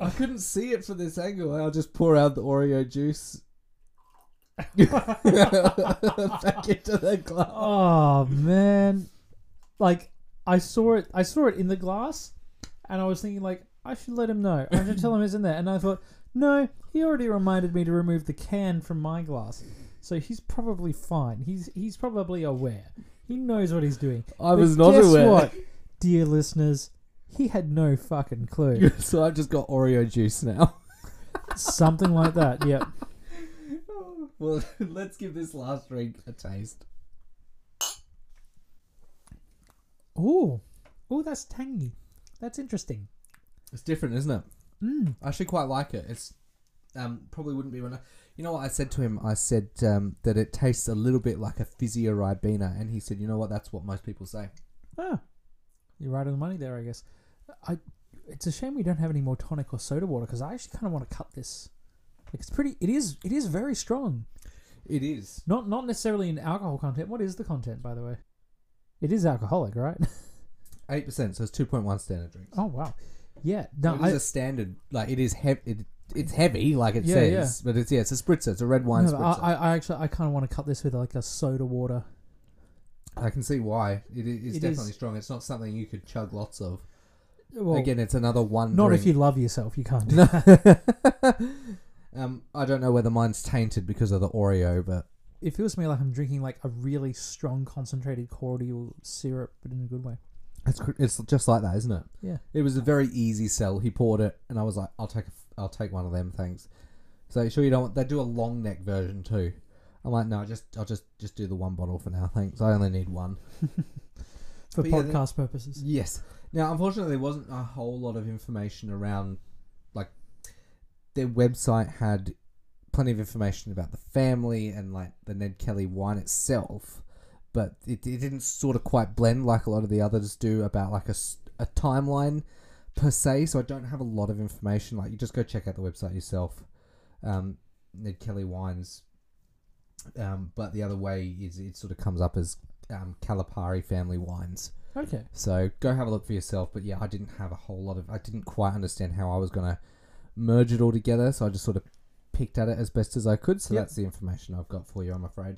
S1: I couldn't see it from this angle. I'll just pour out the Oreo juice [LAUGHS] back into the glass.
S2: Oh man, like I saw it. I saw it in the glass, And I was thinking, like, I should let him know. I should tell him it's in there. And I thought, no, he already reminded me to remove the can from my glass. So he's probably fine. He's he's probably aware. He knows what he's doing.
S4: I
S2: But
S4: was not
S2: guess
S4: aware.
S1: [LAUGHS]
S2: What, dear listeners, he had no fucking
S1: [LAUGHS]
S2: clue.
S4: so I've just got Oreo juice now.
S2: Something like that. Yep.
S1: well, [LAUGHS] let's give this last drink a taste.
S2: Oh, oh, that's tangy. That's interesting.
S1: It's different, isn't it?
S2: Mm.
S1: I actually quite like it. It's um, probably wouldn't be one. of- You know what I said to him? I said um, that it tastes a little bit like a fizzier Ribena, and he said, "You know what? That's what most people say."
S2: Ah, you're right on the money there, I guess. I. It's a shame we don't have any more tonic or soda water because I actually kind of want to cut this. Like, It's pretty. It is. It is very strong.
S1: It is.
S2: Not not necessarily in alcohol content. What is the content, by the way? It is alcoholic, right? [LAUGHS]
S1: Eight percent, so it's two point one standard drinks.
S2: oh wow, yeah.
S1: No,
S2: No,
S1: it is
S2: I,
S1: a standard. Like it is heavy. It, it's heavy, like it
S2: Yeah,
S1: says, but it's yeah, it's a spritzer. It's a red wine
S2: no,
S1: spritzer.
S2: I, I I actually I kind of want to cut this with like a soda water.
S1: I, can see why it i- is
S2: It
S1: definitely
S2: is.
S1: strong. It's not something you could chug lots of.
S2: Well,
S1: Again, it's another one.
S2: not
S1: drink.
S2: if you love yourself, you can't. do
S1: No.
S2: that.
S1: [LAUGHS] um, I don't know whether mine's tainted because of the Oreo, but
S2: It feels to me like I'm drinking like a really strong concentrated cordial syrup, but in a good way.
S1: it's cr- it's just like that, isn't it?
S2: Yeah.
S1: It was a very easy sell. He poured it, and I was like, "I'll take, a f- I'll take one of them, thanks." So sure you don't want? They do a long neck version too. I'm like, no, just I'll just just do the one bottle for now, thanks. I only need one.
S2: for
S1: But yeah, the-
S2: podcast purposes.
S1: Yes. Now, unfortunately, there wasn't a whole lot of information around. Like, their website had plenty of information about the family and like the Ned Kelly wine itself, but it, it didn't sort of quite blend like a lot of the others do about like a, s- a timeline per se. So I don't have a lot of information. Like, you just go check out the website yourself. Um, Ned Kelly wines. Um, but the other way is it sort of comes up as um, Calipari family wines.
S2: Okay.
S1: So go have a look for yourself. But yeah, I didn't have a whole lot of. I didn't quite understand how I was going to merge it all together. So I just sort of picked at it as best as I could. So
S2: Yep.
S1: that's the information I've got for you, I'm afraid.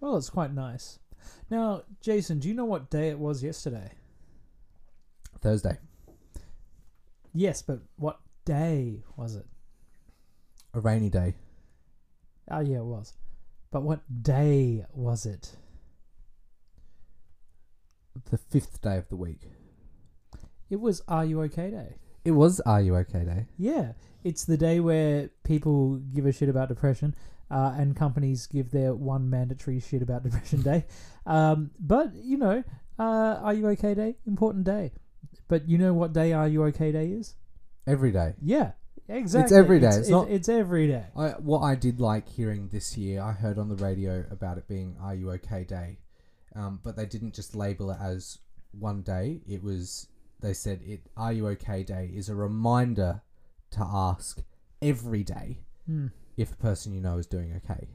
S2: Well, it's quite nice. Now, Jason, do you know what day it was yesterday?
S1: Thursday,
S2: Yes, but what day was it?
S1: a rainy day.
S2: Oh, yeah, it was. But what day was it?
S1: The fifth day of the week.
S2: It was Are You Okay Day.
S1: It was Are You Okay Day.
S2: Yeah, it's the day where people give a shit about depression, uh, and companies give their one mandatory shit about [LAUGHS] depression day. Um, but you know, uh, Are You Okay Day? Important day. But you know what day Are You Okay Day is?
S1: Every day.
S2: Yeah, exactly.
S1: every day, it's
S2: it-
S1: not-
S2: it's every day.
S1: I, what I did like hearing this year, I heard on the radio about it being Are You Okay Day, um, but they didn't just label it as one day. It was they said it Are You Okay Day is a reminder to ask every day
S2: Hmm.
S1: if a person you know is doing okay.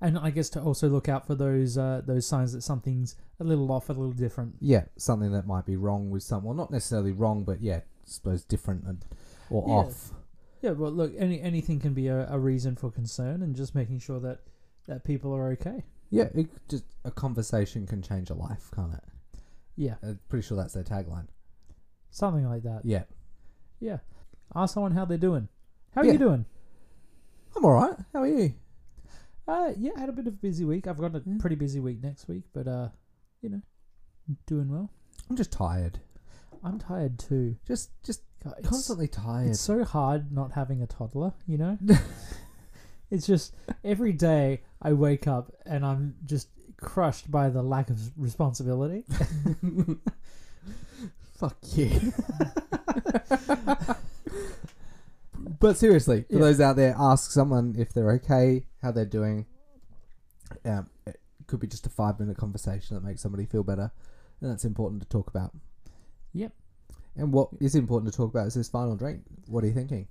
S2: And I guess to also look out for those uh, those signs that something's a little off, a little different.
S1: Yeah, something that might be wrong with someone, not necessarily wrong, but yeah, suppose different and, or
S2: Yeah.
S1: off.
S2: Yeah, well, look, any anything can be a, a reason for concern, and just making sure that that people are okay.
S1: Yeah, it just a conversation can change a life, can't it?
S2: Yeah,
S1: I'm pretty sure that's their tagline.
S2: something like that.
S1: Yeah,
S2: Yeah. Ask someone how they're doing. How are
S1: Yeah.
S2: you doing?
S1: I'm all right. How are you?
S2: Uh, yeah, I had a bit of a busy week. I've got a
S1: Mm.
S2: pretty busy week next week, but uh, you know, doing well.
S1: I'm just tired.
S2: I'm tired too.
S1: Just just
S2: God, it's,
S1: constantly tired.
S2: it's so hard not having a toddler. You [LAUGHS] know, it's just every day I wake up and I'm just crushed by the lack of responsibility.
S1: [LAUGHS] Fuck you. [LAUGHS] but seriously, for
S2: Yeah.
S1: those out there, ask someone if they're okay, how they're doing. Um, it could be just a five minute conversation that makes somebody feel better, and that's important to talk about.
S2: Yep.
S1: And what is important to talk about is this final drink. What are you thinking?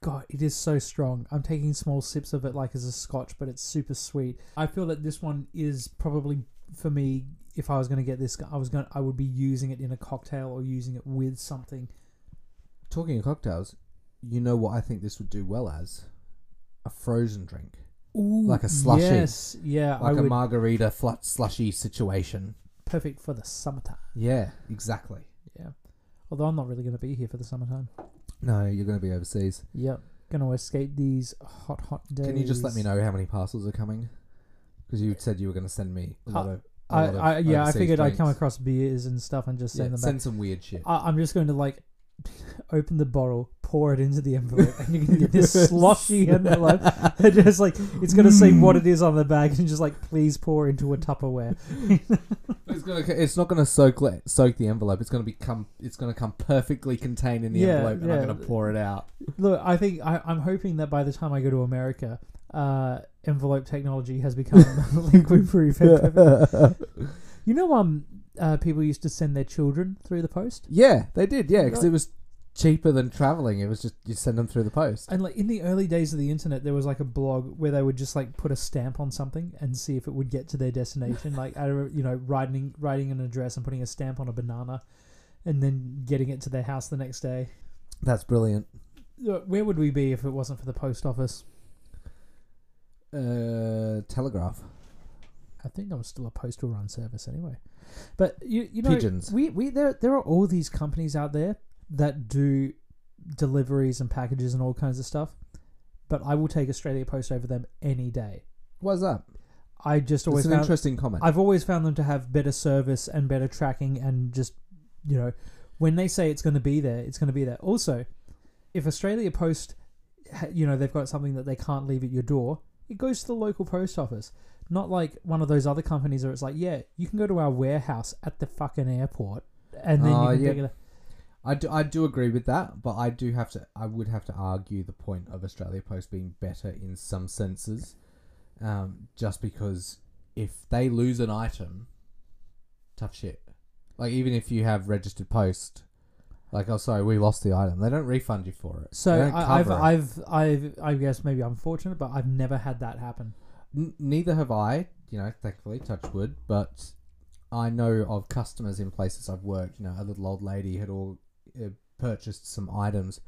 S2: God, it is so strong. I'm taking small sips of it like as a scotch, but it's super sweet. I feel that this one is probably for me. If I was going to get this, I was going. to I would be using it in a cocktail or using it with something.
S1: Talking of cocktails, you know what I think this would do well as? A frozen drink.
S2: Ooh,
S1: Like a slushy.
S2: Yes, yeah, I
S1: Like a
S2: would.
S1: margarita fl- slushy situation.
S2: perfect for the summertime.
S1: Yeah, exactly.
S2: Yeah. Although I'm not really going to be here for the summertime.
S1: No, you're going to be overseas.
S2: Yep. Going to escape these hot, hot days.
S1: Can you just let me know how many parcels are coming? Because you said you were going to send me a lot
S2: Uh,
S1: of. a
S2: I,
S1: lot of
S2: I, yeah, I
S1: overseas
S2: figured I'd come
S1: drinks.
S2: across beers and stuff and just
S1: Yeah,
S2: send them back. Uh,
S1: send some weird shit.
S2: I, I'm just going to like [LAUGHS] open the bottle, pour it into the envelope, and you're going to get this sloshy envelope. [LAUGHS] And just like it's going to say what it is on the bag, and just like please pour into a Tupperware.
S1: It's gonna. It's not gonna soak le- soak the envelope. It's gonna become. It's gonna come perfectly contained in the
S2: Yeah,
S1: envelope, and I'm
S2: yeah.
S1: gonna pour it
S2: [LAUGHS]
S1: out.
S2: Look, I think I, I'm hoping that by the time I go to America, uh, envelope technology has become [LAUGHS] liquid proof. You know, um, uh, people used to send their children through the post,
S1: Yeah, they did. Yeah, because it was cheaper than traveling. It was just you send them through the post.
S2: and like in the early days of the internet, there was like a blog where they would just like put a stamp on something and see if it would get to their destination. like I remember, you know, writing writing an address and putting a stamp on a banana, and then getting it to their house the next day.
S1: That's brilliant.
S2: Look, Where would we be if it wasn't for the post office?
S1: Uh, telegraph.
S2: I think that was still a postal run service anyway. But you you know
S1: Pigeons.
S2: we we there there are all these companies out there that do deliveries and packages and all kinds of stuff. But I will take Australia Post over them any day.
S1: What's that?
S2: I just
S1: It's
S2: always
S1: an
S2: found
S1: interesting comment.
S2: I've always found them to have better service and better tracking and just you know when they say it's going to be there, it's going to be there. Also, if Australia Post ha- you know they've got something that they can't leave at your door, it goes to the local post office. Not like one of those other companies where it's like, yeah, you can go to our warehouse at the fucking airport and then
S1: Oh,
S2: you can
S1: yeah.
S2: pick it up.
S1: I do, I do agree with that, but I do have to. I would have to argue the point of Australia Post being better in some senses, um, just because if they lose an item, tough shit. Like even if you have registered post, like oh sorry, we lost the item. They don't refund you for it.
S2: So
S1: They don't
S2: I, I've,
S1: cover it.
S2: I've, I've, I guess maybe I'm fortunate, but I've never had that happen.
S1: N- neither have I. You know, thankfully, touch wood. But I know of customers in places I've worked. You know, a little old lady had all uh, purchased some items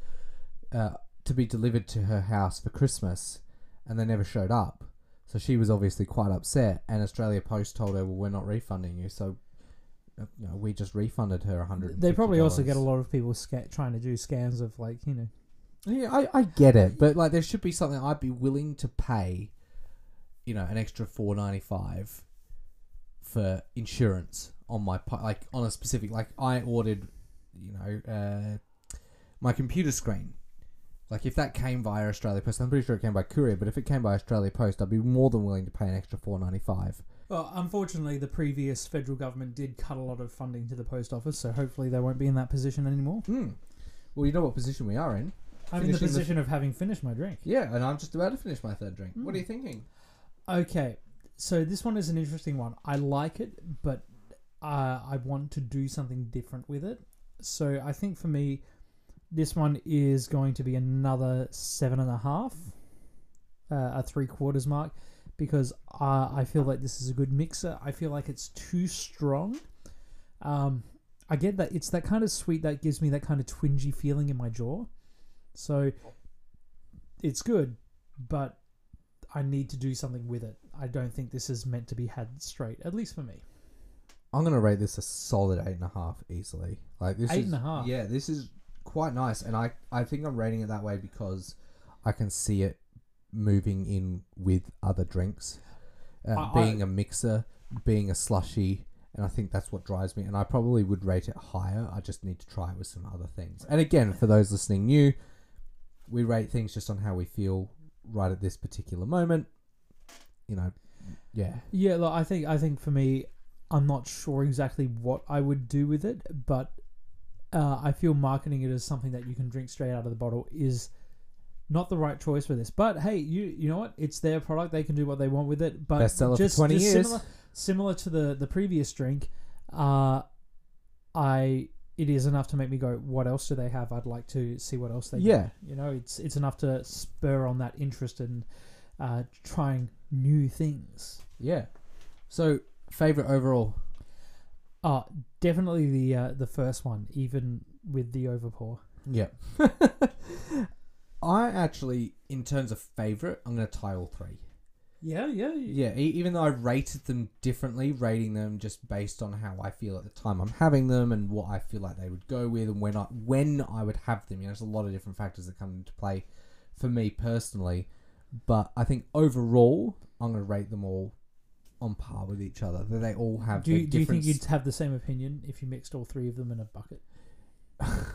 S1: uh, to be delivered to her house for Christmas, and they never showed up. So she was obviously quite upset, and Australia Post told her, "Well, we're not refunding you." So, uh, you know, we just refunded her a hundred.
S2: They probably also get a lot of people sca- trying to do scams of like you know
S1: Yeah, I, I get it, but like there should be something I'd be willing to pay, you know, an extra four ninety five for insurance on my pi- like on a specific like I ordered, you know, uh, my computer screen. Like if that came via Australia Post, I'm pretty sure it came by courier, but if it came by Australia Post, I'd be more than willing to pay an extra four ninety five.
S2: Well, unfortunately, the previous federal government did cut a lot of funding to the post office, so hopefully they won't be in that position anymore.
S1: Hmm. Well, you know what position we are in.
S2: I'm in the
S1: Finishing the-
S2: position of having finished my drink.
S1: Yeah, and I'm just about to finish my third drink. What
S2: Hmm.
S1: are you thinking?
S2: Okay, so this one is an interesting one. I like it, but uh, I want to do something different with it. So I think for me, this one is going to be another seven and a half, uh, a three quarters mark, because uh, I feel like this is a good mixer. I feel like it's too strong. Um, I get that it's that kind of sweet that gives me that kind of twingy feeling in my jaw. So it's good, but I need to do something with it. I don't think this is meant to be had straight, at least for me.
S1: I'm gonna rate this a solid eight and a half easily. Like this
S2: Eight
S1: is,
S2: and a half.
S1: Yeah, this is quite nice, and I I think I'm rating it that way because I can see it moving in with other drinks, um,
S2: I- I-
S1: being a mixer, being a slushy, and I think that's what drives me. And I probably would rate it higher. I just need to try it with some other things. And again, for those listening new, we rate things just on how we feel right at this particular moment. You know, yeah.
S2: Yeah, look, I think I think for me, I'm not sure exactly what I would do with it, but uh, I feel marketing it as something that you can drink straight out of the bottle is not the right choice for this. But hey, you you know what? It's their product; they can do what they want with it. But
S1: Bestseller for
S2: just,
S1: 20
S2: just
S1: years.
S2: Similar, similar to the the previous drink, uh, I it is enough to make me go, "What else do they have? I'd like to see what else they do."
S1: Yeah.
S2: You know, it's it's enough to spur on that interest in uh, trying new things.
S1: Yeah. So, favorite overall.
S2: Uh definitely the uh, the first one, even with the overpour.
S1: [LAUGHS] Yeah. I actually, in terms of favorite, I'm going to tie all three.
S2: Yeah, yeah,
S1: Yeah,
S2: yeah.
S1: e- even though I rated them differently, rating them just based on how I feel at the time I'm having them and what I feel like they would go with and when I when I would have them. You know, there's a lot of different factors that come into play for me personally, but I think overall I'm going to rate them all on par with each other. That they all have
S2: Do
S1: their
S2: you, do you think
S1: different
S2: you'd have the same opinion if you mixed all three of them in a bucket?
S1: [LAUGHS]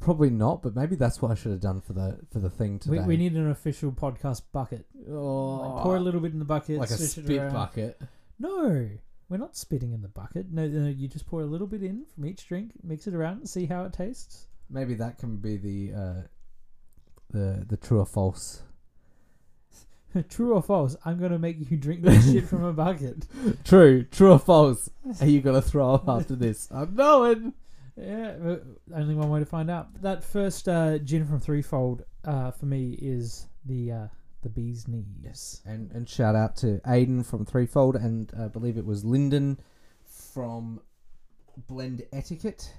S1: Probably not, but maybe that's what I should have done for the for the thing
S2: We,
S1: today.
S2: we need an official podcast bucket.
S1: oh,
S2: Like, pour a little bit in the bucket.
S1: like a
S2: swish it
S1: spit
S2: around.
S1: bucket.
S2: No, we're not spitting in the bucket. No, no, you just pour a little bit in from each drink, mix it around, and see how it tastes. [LAUGHS]
S1: Maybe that can be the uh, the the true or false.
S2: True or false? I'm gonna make you drink this [LAUGHS] shit from a bucket.
S1: True, true or false? Are you gonna throw up after [LAUGHS] this? I'm knowing.
S2: Yeah, but only one way to find out. That first uh, gin from Threefold uh, for me is the uh, the bee's knees. Yes.
S1: And and shout out to Aiden from Threefold, and uh, I believe it was Lyndon from Blend Etiquette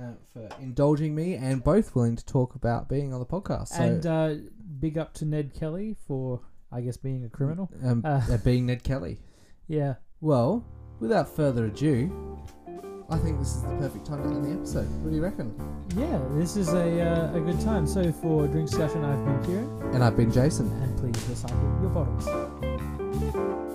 S1: uh, for indulging me, and both willing to talk about being on the podcast. So,
S2: and uh, big up to Ned Kelly for, I guess, being a criminal.
S1: um,
S2: uh,
S1: uh, being Ned Kelly.
S2: Yeah.
S1: Well, without further ado, I think this is the perfect time to end the episode. What do you reckon?
S2: Yeah, this is a, uh, a good time. So for Drink Session, I've been Kieran,
S1: And I've been Jason.
S2: and please recycle your bottles.